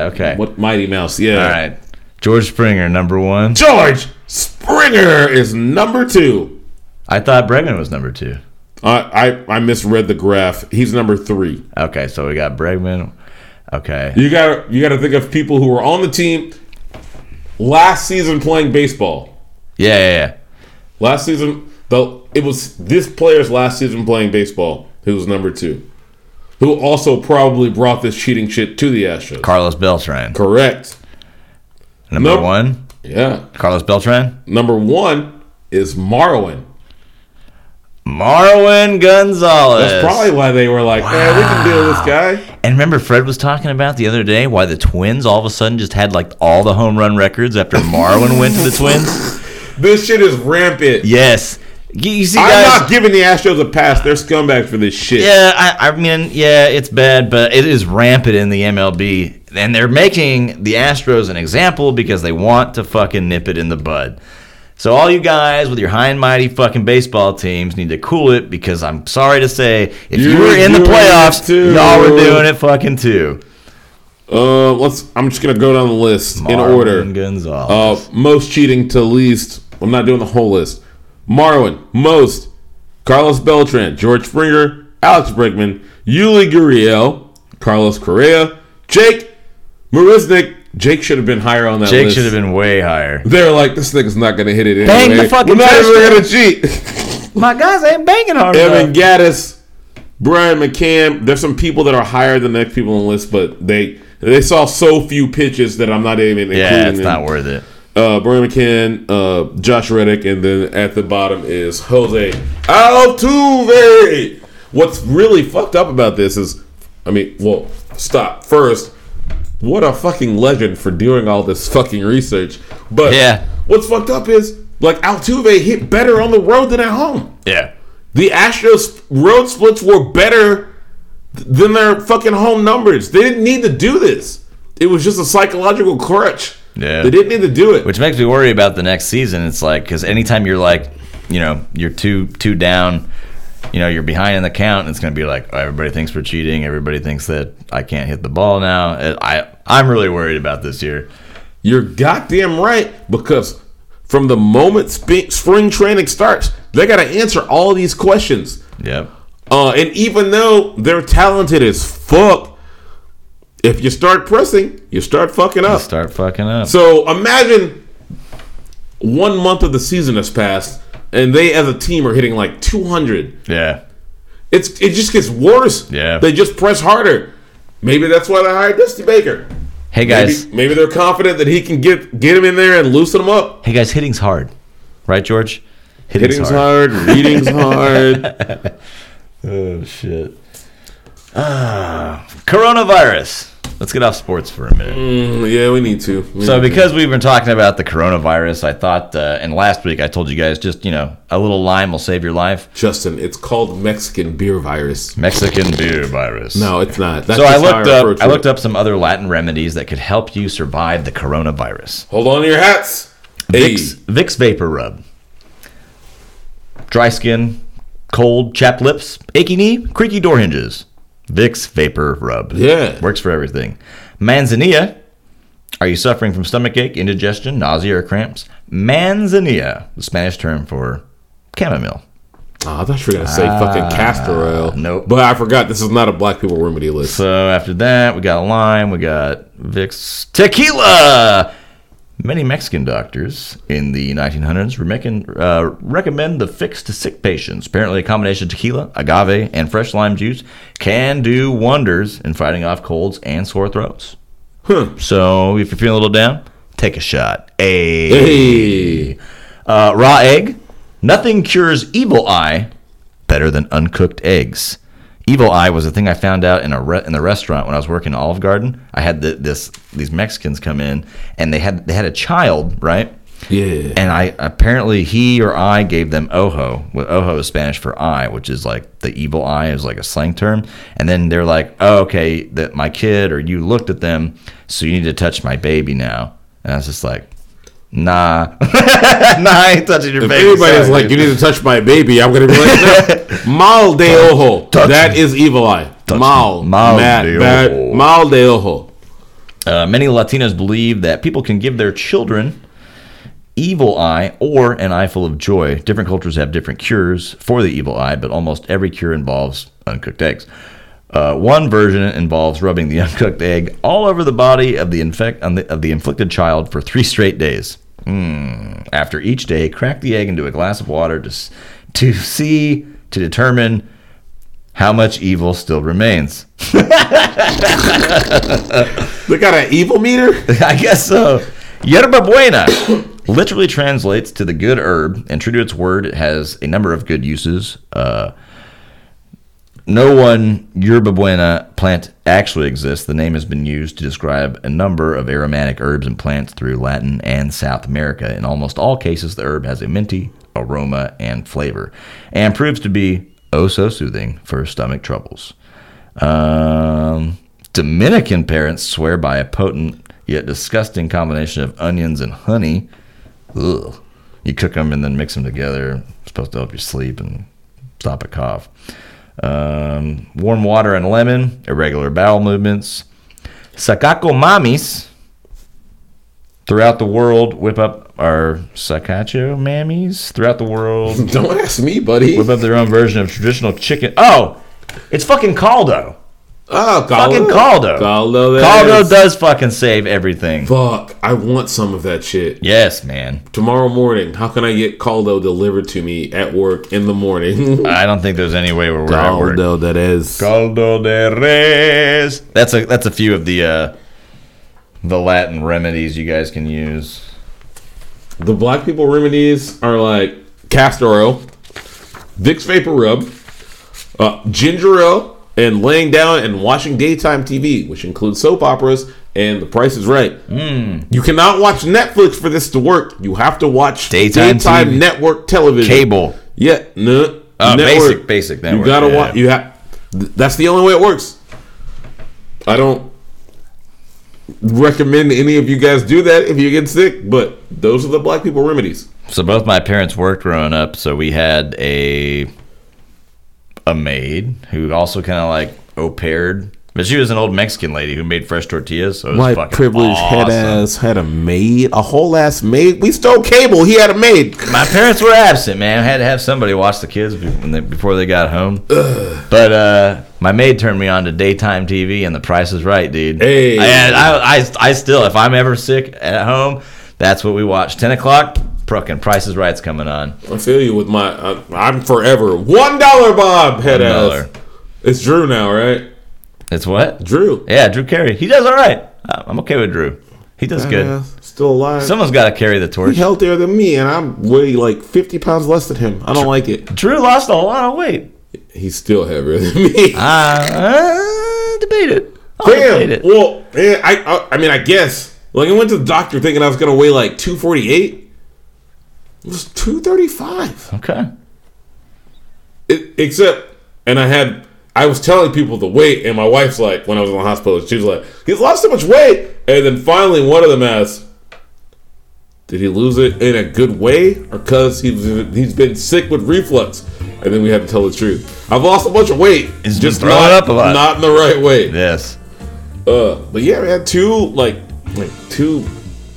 Speaker 2: Mitty.
Speaker 1: okay.
Speaker 2: What Mighty Mouse? Yeah.
Speaker 1: All right, George Springer, number one.
Speaker 2: George Springer is number two.
Speaker 1: I thought Bregman was number two.
Speaker 2: I I, I misread the graph. He's number three.
Speaker 1: Okay, so we got Bregman. Okay,
Speaker 2: You got you got to think of people who were on the team last season playing baseball.
Speaker 1: yeah, yeah, yeah.
Speaker 2: Last season, the it was this player's last season playing baseball who was number two, who also probably brought this cheating shit to the Astros.
Speaker 1: Carlos Beltran,
Speaker 2: Correct.
Speaker 1: number
Speaker 2: Nope.
Speaker 1: one.
Speaker 2: Yeah.
Speaker 1: Carlos Beltran,
Speaker 2: Number one is Marwin.
Speaker 1: Marwin Gonzalez.
Speaker 2: That's probably why they were like, "Man, we can deal with this guy."
Speaker 1: And remember, Fred was talking about the other day why the Twins all of a sudden just had like all the home run records after Marwin went to the Twins.
Speaker 2: This shit is rampant.
Speaker 1: Yes, you, you see,
Speaker 2: I'm
Speaker 1: guys.
Speaker 2: not giving the Astros a pass. They're scumbags for this shit.
Speaker 1: yeah, I, I mean, yeah, it's bad, but it is rampant in the MLB, and they're making the Astros an example because they want to fucking nip it in the bud. So all you guys with your high and mighty fucking baseball teams need to cool it because I'm sorry to say, if you,
Speaker 2: You're
Speaker 1: were in the
Speaker 2: doing it
Speaker 1: playoffs,
Speaker 2: too.
Speaker 1: y'all were doing it fucking too.
Speaker 2: Uh, let's. I'm just gonna go down the list in order.
Speaker 1: Marwin Gonzalez.
Speaker 2: Uh, most cheating to least. I'm not doing the whole list. Marwin, most. Carlos Beltran, George Springer, Alex Bregman, Yuli Gurriel, Carlos Correa, Jake Marisnik. Jake should have been higher on that
Speaker 1: Jake
Speaker 2: list.
Speaker 1: should have been way higher.
Speaker 2: They're like, this nigga's not gonna hit it
Speaker 1: Bang
Speaker 2: anyway.
Speaker 1: the fucking
Speaker 2: We're not even
Speaker 1: touchdown."
Speaker 2: gonna cheat.
Speaker 1: My guys ain't banging hard
Speaker 2: Evan Gaddis, Brian McCann. There's some people that are higher than the next people on the list, but they they saw so few pitches that I'm not even including
Speaker 1: Yeah, it's
Speaker 2: them.
Speaker 1: not worth it.
Speaker 2: uh, Brian McCann, uh, Josh Reddick, and then at the bottom is Jose Altuve. What's really fucked up about this is, I mean, well, stop first. What a fucking legend for doing all this fucking research. But
Speaker 1: Yeah.
Speaker 2: what's fucked up is like Altuve hit better on the road than at home.
Speaker 1: Yeah.
Speaker 2: The Astros road splits were better than their fucking home numbers. They didn't need to do this. It was just a psychological crutch.
Speaker 1: Yeah.
Speaker 2: They didn't need to do it.
Speaker 1: Which makes me worry about the next season. It's like because anytime you're like, you know, you're two two down, you know, you're behind in the count, and it's gonna be like oh, everybody thinks we're cheating. Everybody thinks that I can't hit the ball now. Uh, I I'm really worried about this year.
Speaker 2: You're goddamn right because from the moment sp- spring training starts, they got to answer all these questions.
Speaker 1: Yep.
Speaker 2: Uh, and even though they're talented as fuck, if you start pressing, you start fucking up.
Speaker 1: Start fucking up.
Speaker 2: So imagine one month of the season has passed, and they as a team are hitting like 200.
Speaker 1: yeah.
Speaker 2: It's it just gets worse.
Speaker 1: Yeah.
Speaker 2: they just press harder. Maybe that's why they hired Dusty Baker.
Speaker 1: Hey
Speaker 2: Maybe,
Speaker 1: guys.
Speaker 2: maybe they're confident that he can get get him in there and loosen him up.
Speaker 1: Hey guys. Hitting's hard, right, George? Hitting's,
Speaker 2: Hitting's
Speaker 1: hard.
Speaker 2: hard, reading's hard.
Speaker 1: Oh shit. Ah, coronavirus. Let's get off sports for a minute.
Speaker 2: Mm, yeah, we need to. We
Speaker 1: So,
Speaker 2: need to.
Speaker 1: because we've been talking about the coronavirus, I thought, uh, and last week I told you guys just, you know, a little lime will save your life.
Speaker 2: Justin, it's called Mexican beer virus.
Speaker 1: Mexican beer virus.
Speaker 2: No, it's not. That's
Speaker 1: So I
Speaker 2: just how
Speaker 1: looked
Speaker 2: approach
Speaker 1: up. I
Speaker 2: it.
Speaker 1: looked up some other Latin remedies that could help you survive the coronavirus.
Speaker 2: Hold on to your hats. Hey,
Speaker 1: Vicks, Vicks vapor rub. Dry skin, cold, chapped lips, achy knee, creaky door hinges. Vicks vapor rub.
Speaker 2: Yeah.
Speaker 1: Works for everything. Manzanilla. Are you suffering from stomach ache, indigestion, nausea, or cramps? Manzanilla, the Spanish term for chamomile.
Speaker 2: Oh, I thought you were gonna say fucking castor oil.
Speaker 1: Ah, nope.
Speaker 2: But I forgot this is not a black people remedy list.
Speaker 1: So after that, we got lime, we got Vicks tequila. Many Mexican doctors in the 1900s were making, uh, recommend the fix to sick patients. Apparently, a combination of tequila, agave, and fresh lime juice can do wonders in fighting off colds and sore throats.
Speaker 2: Huh.
Speaker 1: So if you're feeling a little down, take a shot. Ayy.
Speaker 2: Hey,
Speaker 1: Uh, raw egg. Nothing cures evil eye better than uncooked eggs. Evil eye was a thing I found out in a re- in the restaurant when I was working at Olive Garden. I had the, this these Mexicans come in and they had they had a child right,
Speaker 2: Yeah.
Speaker 1: and I apparently he or I gave them ojo. Well, ojo is Spanish for eye, which is like the evil eye is like a slang term. And then they're like, oh, okay, that my kid or you looked at them, so you need to touch my baby now. And I was just like, nah, nah, I ain't touching your
Speaker 2: If
Speaker 1: baby.
Speaker 2: anybody's
Speaker 1: Sorry,
Speaker 2: like,
Speaker 1: dude.
Speaker 2: you need to touch my baby, I'm gonna be like, no. mal de ojo.
Speaker 1: Touch
Speaker 2: that
Speaker 1: me.
Speaker 2: is evil eye.
Speaker 1: me.
Speaker 2: Mal,
Speaker 1: Mal
Speaker 2: Matt,
Speaker 1: de
Speaker 2: Matt,
Speaker 1: ojo.
Speaker 2: mal de ojo.
Speaker 1: Uh, many Latinos believe that people can give their children evil eye or an eye full of joy. Different cultures have different cures for the evil eye, but almost every cure involves uncooked eggs. Uh, one version involves rubbing the uncooked egg all over the body of the, infect, on the, of the inflicted child for three straight days. Mm. After each day, crack the egg into a glass of water to, s- to see, to determine how much evil still remains.
Speaker 2: They got an evil meter.
Speaker 1: I guess so. Yerba buena literally translates to the good herb, and true to its word, it has a number of good uses. Uh, no one yerba buena plant actually exists. The name has been used to describe a number of aromatic herbs and plants through Latin and South America. In almost all cases, the herb has a minty aroma and flavor, and proves to be oh so soothing for stomach troubles. Um, Dominican parents swear by a potent yet disgusting combination of onions and honey. Ugh. You cook them and then mix them together. It's supposed to help you sleep and stop a cough. Um, warm water and lemon, irregular bowel movements. Sakako mamis throughout the world whip up our sakacho mammies throughout the world
Speaker 2: Don't ask me, buddy.
Speaker 1: whip up their own version of traditional chicken. Oh, it's fucking caldo.
Speaker 2: Oh,
Speaker 1: Fucking Caldo.
Speaker 2: Caldo. that
Speaker 1: Caldo
Speaker 2: is.
Speaker 1: does fucking save everything.
Speaker 2: Fuck. I want some of that shit
Speaker 1: Yes, man.
Speaker 2: tomorrow morning. How can I get Caldo delivered to me at work in the morning?
Speaker 1: I don't think there's any way where we're at work.
Speaker 2: Caldo. That is.
Speaker 1: Caldo de res. That's a that's a few of the uh, the Latin remedies you guys can use.
Speaker 2: The black people remedies are like castor oil, Vicks Vapor Rub, uh, ginger ale, and laying down and watching daytime TV, which includes soap operas and The Price is Right. You cannot watch Netflix for this to work. You have to watch
Speaker 1: Daytime
Speaker 2: daytime,
Speaker 1: TV.
Speaker 2: network television.
Speaker 1: Cable.
Speaker 2: Yeah, no.
Speaker 1: Uh,
Speaker 2: network.
Speaker 1: basic- basic
Speaker 2: You
Speaker 1: network,
Speaker 2: gotta
Speaker 1: yeah.
Speaker 2: watch. You have. That's the only way it works. I don't recommend any of you guys do that if you get sick, but those are the black people remedies.
Speaker 1: So both my parents worked growing up, so we had a a maid who also kind of like au paired, but she was an old Mexican lady who made fresh tortillas. So it was
Speaker 2: White
Speaker 1: fucking
Speaker 2: privileged head
Speaker 1: awesome.
Speaker 2: ass had a maid, a whole ass maid. We stole cable. He had a maid.
Speaker 1: My parents were absent, man. I had to have somebody watch the kids be- when they, before they got home. But uh, my maid turned me on to daytime TV, and The Price is Right, dude.
Speaker 2: Hey.
Speaker 1: And I, I, I still, if I'm ever sick at home, that's what we watch. Ten o'clock, fucking Price is Right's coming on.
Speaker 2: I feel you with my. Uh, I'm forever one dollar, Bob head
Speaker 1: $1.
Speaker 2: ass. It's Drew now, right?
Speaker 1: It's what?
Speaker 2: Drew.
Speaker 1: Yeah, Drew Carey. He does all right. I- I'm okay with Drew. He does
Speaker 2: Yeah,
Speaker 1: good.
Speaker 2: still alive.
Speaker 1: Someone's got to carry the torch.
Speaker 2: He's healthier than me, and I'm way like 50 pounds less than him. I don't like it.
Speaker 1: Drew lost a lot of weight.
Speaker 2: He's still heavier than me.
Speaker 1: I uh, debate it. I'll debate
Speaker 2: Damn.
Speaker 1: it.
Speaker 2: Well, yeah, I, I I mean, I guess. Like, I went to the doctor thinking I was gonna weigh like 248. It was 235.
Speaker 1: Okay.
Speaker 2: It, except, and I had, I was telling people the weight, and my wife's like, when I was in the hospital, she was like, he's lost so much weight. And then finally, one of them asked, did he lose it in a good way or because he was, he's been sick with reflux? And then we had to tell the truth. I've lost a bunch of weight.
Speaker 1: He's been
Speaker 2: just
Speaker 1: throwing
Speaker 2: not,
Speaker 1: up a lot.
Speaker 2: Not in the right way.
Speaker 1: Yes.
Speaker 2: Uh, but yeah, man, two, like, like two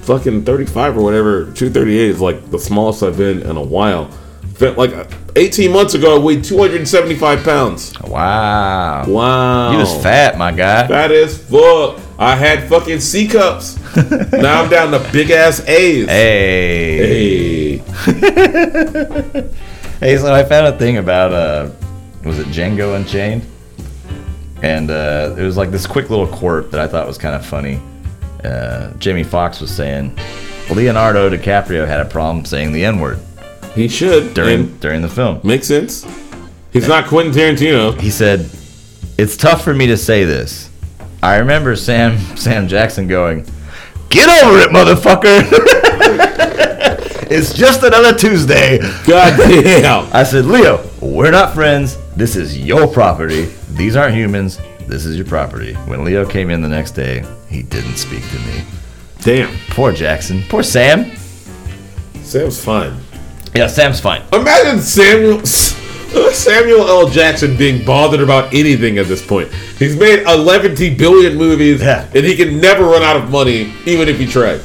Speaker 2: fucking 35 or whatever, 238 is like the smallest I've been in a while. Felt like uh, 18 months ago, I weighed 275 pounds.
Speaker 1: Wow.
Speaker 2: Wow.
Speaker 1: He was fat, my guy.
Speaker 2: Oh. Fat as fuck. I had fucking C cups. now I'm down to big ass A's.
Speaker 1: Hey.
Speaker 2: Hey.
Speaker 1: Hey, so I found a thing about uh was it Django Unchained? And uh it was like this quick little quirk that I thought was kind of funny. Uh Jamie Foxx was saying Leonardo DiCaprio had a problem saying the N-word
Speaker 2: He should.
Speaker 1: during
Speaker 2: and
Speaker 1: during the film.
Speaker 2: makes sense. He's not Quentin Tarantino.
Speaker 1: He said It's tough for me to say this. I remember Sam Sam Jackson going, "Get over it, motherfucker." it's just another Tuesday.
Speaker 2: God damn.
Speaker 1: I said, "Leo, we're not friends. This is your property. These aren't humans. This is your property." When Leo came in the next day, he didn't speak to me.
Speaker 2: Damn.
Speaker 1: Poor Jackson. Poor Sam.
Speaker 2: Sam's fine.
Speaker 1: Yeah, Sam's fine.
Speaker 2: Imagine Samuel Samuel L. Jackson being bothered about anything at this point. He's made 11 billion movies,
Speaker 1: Yeah.
Speaker 2: and he can never run out of money, even if he tried.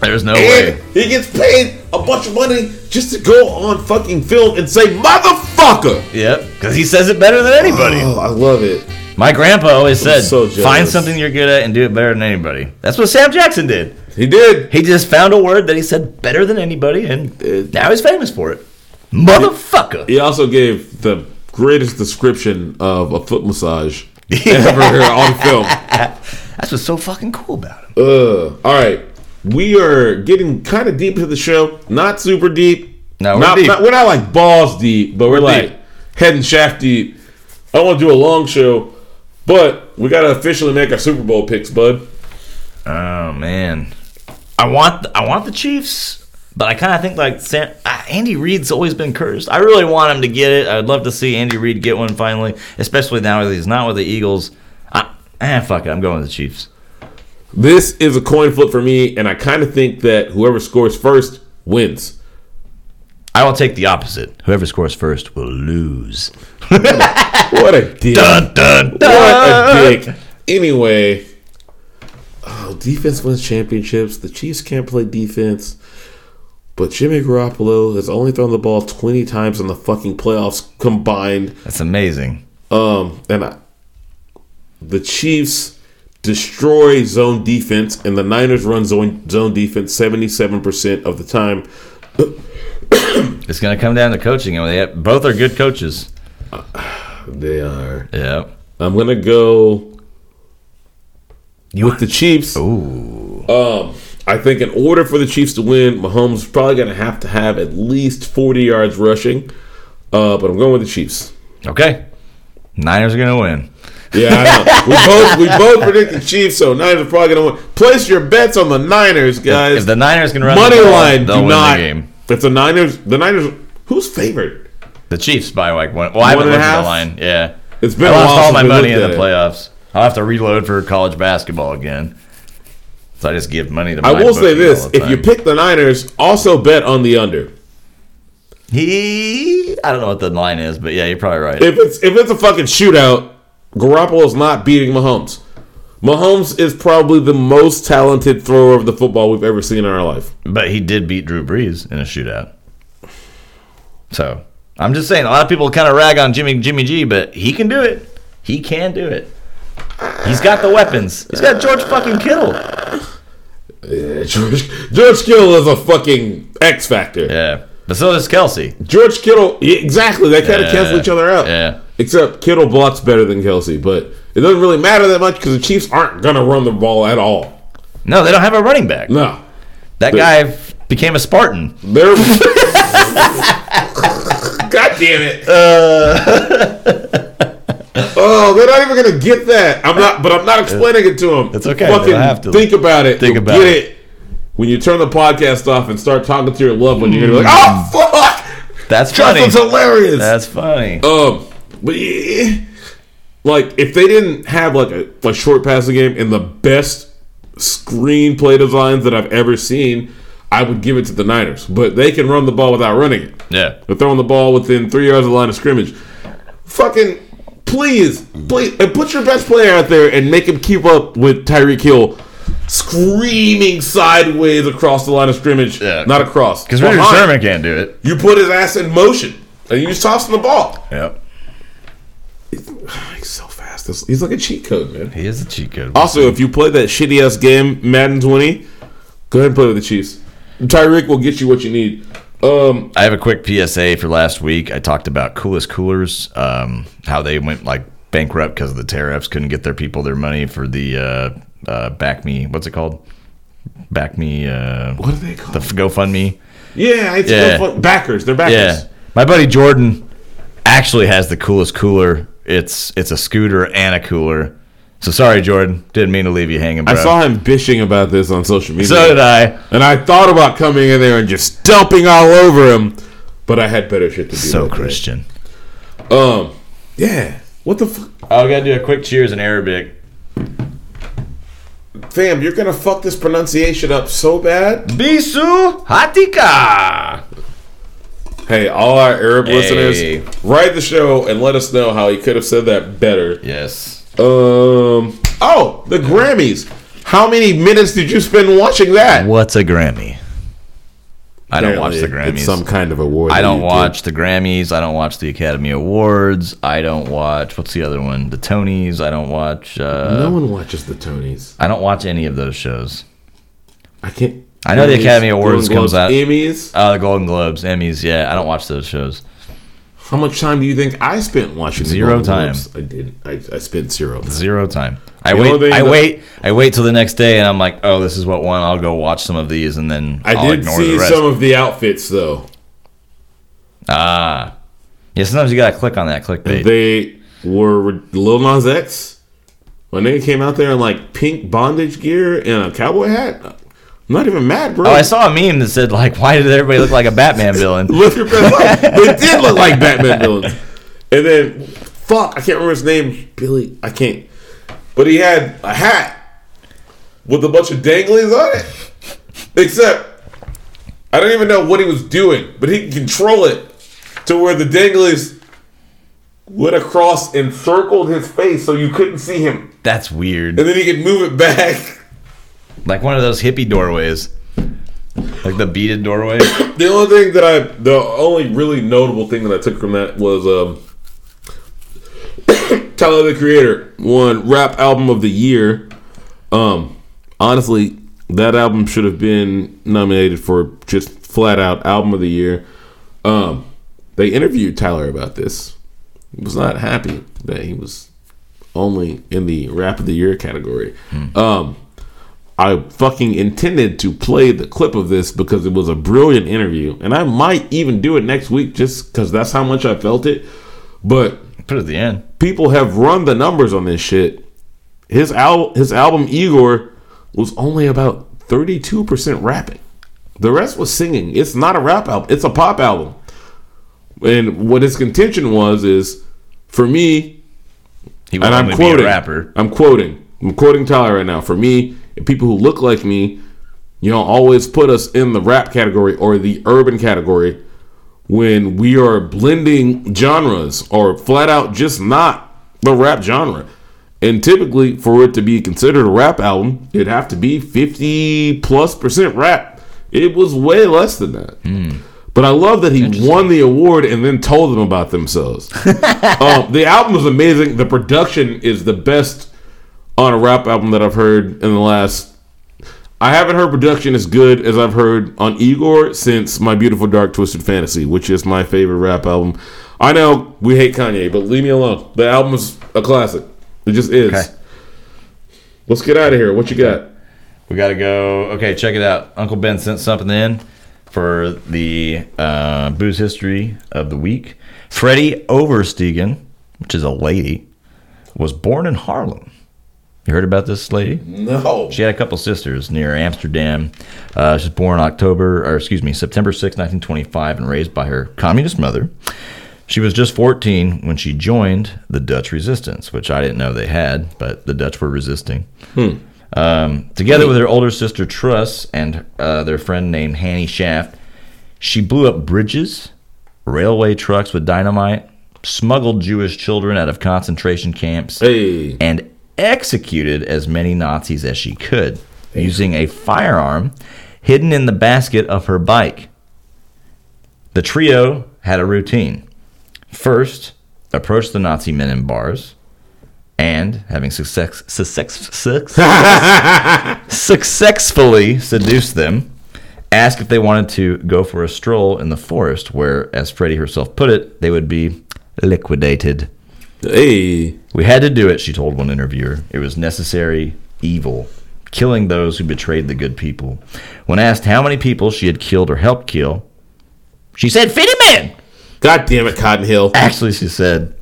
Speaker 1: There's no
Speaker 2: And
Speaker 1: way.
Speaker 2: he gets paid a bunch of money just to go on fucking film and say "motherfucker."
Speaker 1: Yep, because he says it better than anybody.
Speaker 2: Oh, I love it.
Speaker 1: My grandpa always said,
Speaker 2: so jealous.
Speaker 1: "Find something you're good at and do it better than anybody." That's what Sam Jackson did.
Speaker 2: He did.
Speaker 1: He just found a word that he said better than anybody, and
Speaker 2: Uh,
Speaker 1: now he's famous for it. Motherfucker.
Speaker 2: He also gave the greatest description of a foot massage ever on film.
Speaker 1: That's what's so fucking cool about him.
Speaker 2: Ugh. Uh, All right. We are getting kind of deep into the show. Not super deep.
Speaker 1: No, we're
Speaker 2: not,
Speaker 1: deep.
Speaker 2: not- we're not like balls deep, but we're,
Speaker 1: We're
Speaker 2: like
Speaker 1: deep.
Speaker 2: head and shaft deep. I want to do a long show, but we got to officially make our Super Bowl picks, bud.
Speaker 1: Oh man, I want I want the Chiefs, but I kind of think like Sam, uh, Andy Reid's always been cursed. I really want him to get it. I'd love to see Andy Reid get one finally, especially now that he's not with the Eagles. I, ah, fuck it. I'm going with the Chiefs.
Speaker 2: This is a coin flip for me, and I kind of think that whoever scores first wins.
Speaker 1: I will take the opposite. Whoever scores first will lose.
Speaker 2: What a dick.
Speaker 1: Dun, dun,
Speaker 2: What
Speaker 1: dun.
Speaker 2: a dick. Anyway, oh, defense wins championships. The Chiefs can't play defense. But Jimmy Garoppolo has only thrown the ball 20 times in the fucking playoffs combined.
Speaker 1: That's amazing.
Speaker 2: Um, and I, the Chiefs destroy zone defense, and the Niners run zone, zone defense 77% of the time.
Speaker 1: It's gonna come down to coaching, and they have, both are good coaches.
Speaker 2: They are.
Speaker 1: Yeah.
Speaker 2: I'm going to go
Speaker 1: You
Speaker 2: with the Chiefs.
Speaker 1: Ooh.
Speaker 2: Um, I think in order for the Chiefs to win, Mahomes is probably going to have to have at least 40 yards rushing. Uh, but I'm going with the Chiefs.
Speaker 1: Okay. Niners are gonna win.
Speaker 2: Yeah, I know. we both we both predict the Chiefs, so Niners are probably going to win. Place your bets on the Niners, guys.
Speaker 1: If the Niners can run
Speaker 2: Money
Speaker 1: the ball,
Speaker 2: line,
Speaker 1: they'll
Speaker 2: do
Speaker 1: win
Speaker 2: not.
Speaker 1: the game.
Speaker 2: If the Niners, the Niners, who's favored?
Speaker 1: The Chiefs by like one. Well, I
Speaker 2: One
Speaker 1: haven't looked
Speaker 2: and a
Speaker 1: at the
Speaker 2: half?
Speaker 1: line. Yeah.
Speaker 2: It's been
Speaker 1: I
Speaker 2: a
Speaker 1: lost
Speaker 2: while
Speaker 1: all
Speaker 2: since
Speaker 1: my
Speaker 2: we
Speaker 1: money in
Speaker 2: looked
Speaker 1: the
Speaker 2: at it.
Speaker 1: playoffs. I'll have to reload for college basketball again. So I just give money to.
Speaker 2: I
Speaker 1: my
Speaker 2: will say
Speaker 1: bookie
Speaker 2: this:
Speaker 1: all the
Speaker 2: if you
Speaker 1: time.
Speaker 2: pick the Niners, also bet on the under.
Speaker 1: he, I don't know what the line is, but yeah, you're probably right.
Speaker 2: If it's if it's a fucking shootout, Garoppolo's not beating Mahomes. Mahomes is probably the most talented thrower of the football we've ever seen in our life.
Speaker 1: But he did beat Drew Brees in a shootout. So I'm just saying, a lot of people kind of rag on Jimmy Jimmy G, but he can do it. He can do it. He's got the weapons. He's got George fucking Kittle.
Speaker 2: Yeah, George, George Kittle is a fucking X factor.
Speaker 1: Yeah, but so does Kelsey.
Speaker 2: George Kittle, yeah, exactly. They kind of
Speaker 1: Yeah.
Speaker 2: cancel each other out.
Speaker 1: Yeah.
Speaker 2: Except Kittle blocks better than Kelsey, but it doesn't really matter that much because the Chiefs aren't gonna run the ball at all.
Speaker 1: No, they don't have a running back.
Speaker 2: No,
Speaker 1: That guy f- became a Spartan.
Speaker 2: they're. God damn it!
Speaker 1: Uh,
Speaker 2: oh, they're not even gonna get that. I'm not, but I'm not explaining it to them.
Speaker 1: It's okay, they
Speaker 2: Fucking
Speaker 1: don't have to.
Speaker 2: think about it.
Speaker 1: Think
Speaker 2: You'll
Speaker 1: about
Speaker 2: get
Speaker 1: it.
Speaker 2: it. When you turn the podcast off and start talking to your loved one, you're gonna be like, "Oh fuck,
Speaker 1: That's Mm. funny.
Speaker 2: Justin's hilarious."
Speaker 1: That's funny.
Speaker 2: Um, but yeah, like if they didn't have like a, a short passing game and the best screenplay designs that I've ever seen, I would give it to the Niners. But they can run the ball without running it.
Speaker 1: Yeah.
Speaker 2: They're throwing the ball within three yards of the line of scrimmage. Fucking please, please, and put your best player out there and make him keep up with Tyreek Hill. Screaming sideways across the line of scrimmage,
Speaker 1: Yeah.
Speaker 2: not across.
Speaker 1: Because Richard
Speaker 2: Behind.
Speaker 1: Sherman can't do it.
Speaker 2: you put his ass in motion and you just toss him the ball.
Speaker 1: Yep.
Speaker 2: He's so fast. This- He's like a cheat code, man.
Speaker 1: He is a cheat code.
Speaker 2: Also, if you play that shitty ass game, Madden 20, go ahead and play with the Chiefs. Tyreek will get you what you need. Um,
Speaker 1: I have a quick PSA for last week. I talked about Coolest Coolers, um, how they went like bankrupt because of the tariffs, couldn't get their people their money for the uh, uh, back me. What's it called? Back me. Uh,
Speaker 2: what are they
Speaker 1: the
Speaker 2: called?
Speaker 1: f- GoFundMe.
Speaker 2: yeah, it's
Speaker 1: Yeah.
Speaker 2: no fun- backers. They're backers.
Speaker 1: Yeah, my buddy Jordan actually has the coolest cooler It's it's a scooter and a cooler. So sorry, Jordan. Didn't mean to leave you hanging, bro.
Speaker 2: I saw him bishing about this on social media.
Speaker 1: so did I.
Speaker 2: And I thought about coming in there and just dumping all over him, but I had better shit to do.
Speaker 1: So
Speaker 2: that day.
Speaker 1: Christian.
Speaker 2: Um, yeah. What the fuck?
Speaker 1: I Oh, gotta do a quick cheers in Arabic.
Speaker 2: Fam, you're gonna fuck this pronunciation up so bad.
Speaker 1: Bisu Hatika.
Speaker 2: Hey, all our Arab
Speaker 1: Hey.
Speaker 2: listeners, write the show and let us know how he could have said that better.
Speaker 1: Yes.
Speaker 2: Um. Oh, the Grammys. How many minutes did you spend watching that?
Speaker 1: What's a Grammy? I don't watch the
Speaker 2: Apparently,
Speaker 1: Grammys.
Speaker 2: It's some kind of award.
Speaker 1: I
Speaker 2: that
Speaker 1: don't
Speaker 2: you
Speaker 1: watch the Grammys. I don't watch the Academy Awards. I don't watch what's the other one? The Tonys. I don't watch.
Speaker 2: did.
Speaker 1: Uh,
Speaker 2: No one watches the Tonys.
Speaker 1: I don't watch any of those shows.
Speaker 2: I can't.
Speaker 1: I know the
Speaker 2: Grammys,
Speaker 1: Academy Awards
Speaker 2: Golden
Speaker 1: comes
Speaker 2: Globes,
Speaker 1: out.
Speaker 2: Emmys.
Speaker 1: Uh, the Golden Globes, Emmys. Yeah, I don't watch those shows.
Speaker 2: How much time do you think I spent watching?
Speaker 1: Zero
Speaker 2: the Golden
Speaker 1: time.
Speaker 2: Globes? I did. I, I spent zero. Time.
Speaker 1: Zero time. I
Speaker 2: The only
Speaker 1: wait.
Speaker 2: thing
Speaker 1: I
Speaker 2: that-
Speaker 1: wait. I wait till the next day, and I'm like, oh, this is what one. I'll go watch some of these, and then
Speaker 2: I
Speaker 1: will
Speaker 2: did
Speaker 1: ignore
Speaker 2: see
Speaker 1: the rest.
Speaker 2: some of the outfits though.
Speaker 1: Ah, yeah. Sometimes you gotta click on that clickbait.
Speaker 2: They were Lil Nas X. When they came out there in like pink bondage gear and a cowboy hat, I'm not even mad, bro.
Speaker 1: oh, I saw a meme that said like, why did everybody look like a Batman villain?
Speaker 2: Look your best life. They did look like Batman villains. And then, fuck, I can't remember his name. Billy, I can't. But he had a hat with a bunch of danglies on it. Except, I don't even know what he was doing, but he could control it to where the danglies went across and circled his face so you couldn't see him.
Speaker 1: That's weird.
Speaker 2: And then he could move it back.
Speaker 1: like one of those hippie doorways, like the beaded doorway.
Speaker 2: The only thing that I, the only really notable thing that I took from that was um, Tyler the Creator won rap album of the year. Um, honestly, that album should have been nominated for just flat out album of the year. Um, they interviewed Tyler about this. He was not happy that he was only in the rap of the year category. Um, I fucking intended to play the clip of this because it was a brilliant interview, and I might even do it next week just because that's how much I felt it. But
Speaker 1: Put it at the end.
Speaker 2: people have run the numbers on this shit. His al- his album Igor was only about 32% rapping. The rest was singing. It's not a rap album. It's a pop album. And what his contention was is for me,
Speaker 1: He would
Speaker 2: and I'm
Speaker 1: only
Speaker 2: quoting.
Speaker 1: be a rapper.
Speaker 2: I'm quoting. I'm quoting Tyler right now. For me, and people who look like me, you don't always put us in the rap category or the urban category when we are blending genres or flat out just not the rap genre. And typically, for it to be considered a rap album, it'd have to be 50 plus percent rap. It was way less than that.
Speaker 1: Hmm.
Speaker 2: But I love that he won the award and then told them about themselves. um, the album is amazing. The production is the best on a rap album that I've heard in the last. I haven't heard production as good as I've heard on Igor since My Beautiful Dark Twisted Fantasy, which is my favorite rap album. I know we hate Kanye, but leave me alone. The album is a classic. It just is.
Speaker 1: Okay.
Speaker 2: Let's get out of here. What you got?
Speaker 1: We gotta go. Okay, check it out. Uncle Ben sent something in for the uh, booze history of the week. Freddie Overstegen, which is a lady, was born in Harlem. You heard about this lady?
Speaker 2: No.
Speaker 1: She had a couple sisters near Amsterdam. Uh, she was born October, or excuse me, September 6, 1925, and raised by her communist mother. She was just 14 when she joined the Dutch resistance, which I didn't know they had, but the Dutch were resisting. Um, together with her older sister Truss and uh, their friend named Hanny Shaft, she blew up bridges, railway trucks with dynamite, smuggled Jewish children out of concentration camps,
Speaker 2: Hey.
Speaker 1: and executed as many Nazis as she could using a firearm hidden in the basket of her bike. The trio had a routine. First, approach the Nazi men in bars, and having success, success, success, successfully seduced them, ask if they wanted to go for a stroll in the forest, where, as Freddie herself put it, they would be liquidated.
Speaker 2: Hey.
Speaker 1: We had to do it, she told one interviewer. It was necessary evil, killing those who betrayed the good people. When asked how many people she had killed or helped kill, she said, 50 men!
Speaker 2: God damn it, Cotton Hill.
Speaker 1: Actually, she said,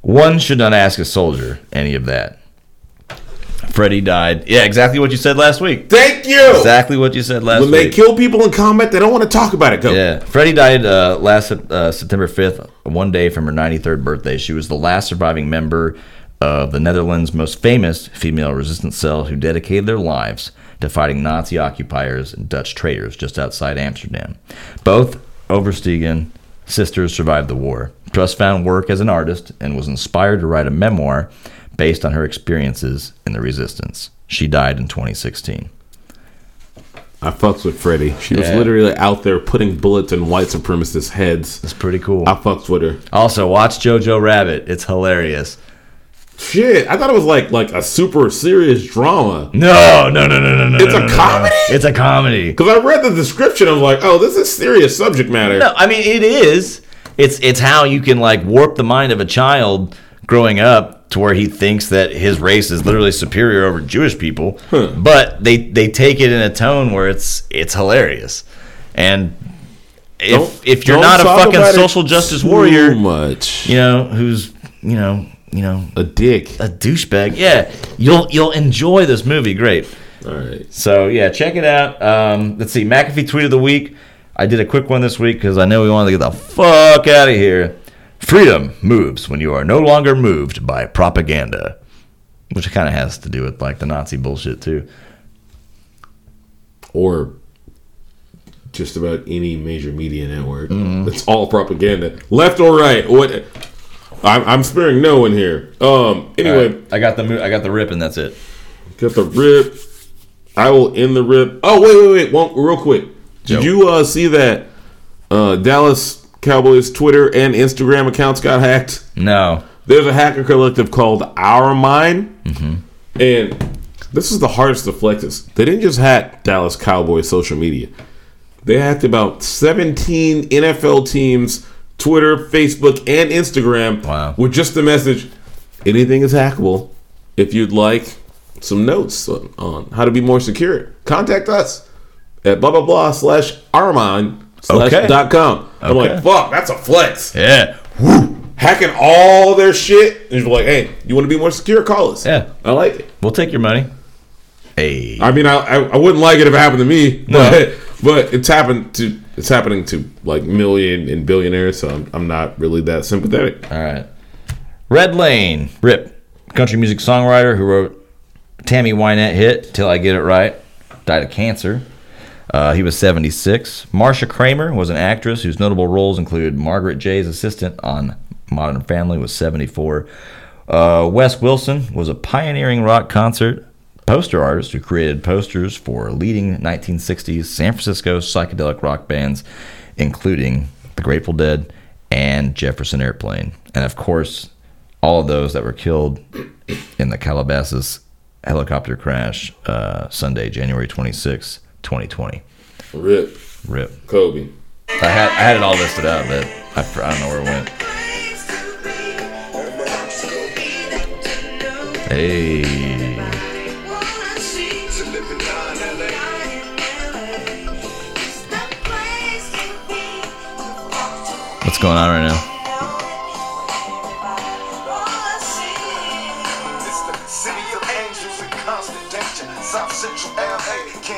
Speaker 1: One should not ask a soldier any of that. Freddie died. Yeah, exactly what you said last week.
Speaker 2: Thank you.
Speaker 1: Exactly what you said last
Speaker 2: When
Speaker 1: week.
Speaker 2: they kill people in combat, they don't want to talk about it. Go.
Speaker 1: Yeah, Freddie died uh, last uh, September 5th, one day from her 93rd birthday. She was the last surviving member of the Netherlands' most famous female resistance cell who dedicated their lives to fighting Nazi occupiers and Dutch traitors just outside Amsterdam. Both Overstegen sisters survived the war. Truss found work as an artist and was inspired to write a memoir based on her experiences in the resistance. She died in 2016.
Speaker 2: I fucks with Freddie. She was
Speaker 1: Yeah.
Speaker 2: literally out there putting bullets in white supremacist heads.
Speaker 1: It's pretty cool.
Speaker 2: I fucks with her.
Speaker 1: Also, watch Jojo Rabbit. It's hilarious.
Speaker 2: Shit, I thought it was like like a super serious drama.
Speaker 1: No, no, no, no, no, no.
Speaker 2: It's
Speaker 1: no,
Speaker 2: a
Speaker 1: no, no.
Speaker 2: comedy?
Speaker 1: It's a comedy.
Speaker 2: Because I read the description, I was like, oh, this is serious subject matter.
Speaker 1: No, I mean it is. It's it's how you can like warp the mind of a child growing up to where he thinks that his race is literally superior over Jewish people, but they they take it in a tone where it's it's hilarious, and if
Speaker 2: Don't-
Speaker 1: if you're
Speaker 2: don't
Speaker 1: not a
Speaker 2: talk
Speaker 1: fucking
Speaker 2: about it Hmm.
Speaker 1: social justice
Speaker 2: too
Speaker 1: warrior,
Speaker 2: much
Speaker 1: you know who's you know you know
Speaker 2: a dick.
Speaker 1: a douchebag, yeah, you'll you'll enjoy this movie. Great.
Speaker 2: All right,
Speaker 1: So yeah, check it out. Um, let's see, McAfee tweet of the week. I did a quick one this week because I know we wanted to get the fuck out of here. Freedom moves when you are no longer moved by propaganda, which kind of has to do with like the Nazi bullshit too.
Speaker 2: or just about any major media network.
Speaker 1: Mm-hmm.
Speaker 2: It's all propaganda, left or right. What? I'm, I'm sparing no one here. Um. Anyway,
Speaker 1: All right, I got the mo- I got the rip and that's it.
Speaker 2: Got the rip. I will end the rip. Oh wait, wait, wait. One, real quick.
Speaker 1: Yo.
Speaker 2: Did you uh, see that uh, Dallas Cowboys Twitter and Instagram accounts got hacked?
Speaker 1: No,
Speaker 2: There's a hacker collective called Our Mind,
Speaker 1: Mm-hmm.
Speaker 2: and this is the hardest to flex. This. They didn't just hack Dallas Cowboys social media. They hacked about 17 NFL teams' Twitter, Facebook, and Instagram
Speaker 1: Wow.
Speaker 2: with just the message: "Anything is hackable. If you'd like some notes on, on how to be more secure, contact us at blah blah blah slash Armand slash
Speaker 1: Okay.
Speaker 2: dot com." I'm
Speaker 1: Okay.
Speaker 2: like, "Fuck, that's a flex."
Speaker 1: yeah,
Speaker 2: hacking all their shit and you're like, hey, you want to be more secure? Call us.
Speaker 1: Yeah.
Speaker 2: I like it.
Speaker 1: we'll take your money. Hey,
Speaker 2: I mean, I I, I wouldn't like it if it happened to me,
Speaker 1: No.
Speaker 2: but but it's happened to it's happening to like million and billionaires, so I'm, I'm not really that sympathetic.
Speaker 1: all right. Red Lane, rip, country music songwriter who wrote Tammy Wynette hit "Till I Get It Right," died of cancer. Uh, he was 76. Marsha Kramer was an actress whose notable roles include Margaret Jay's assistant on Modern Family was 74. Uh, Wes Wilson was a pioneering rock concert poster artist who created posters for leading 1960s San Francisco psychedelic rock bands, including The Grateful Dead and Jefferson Airplane. And of course, all of those that were killed in the Calabasas helicopter crash uh, Sunday, January 26, 2020.
Speaker 2: Rip,
Speaker 1: Rip.
Speaker 2: Kobe.
Speaker 1: I had I had it all listed out, but I, fr- I don't know where it went. Hey, what's going on right now?
Speaker 3: It's the city of angels in Constitution, South Central LA. Can't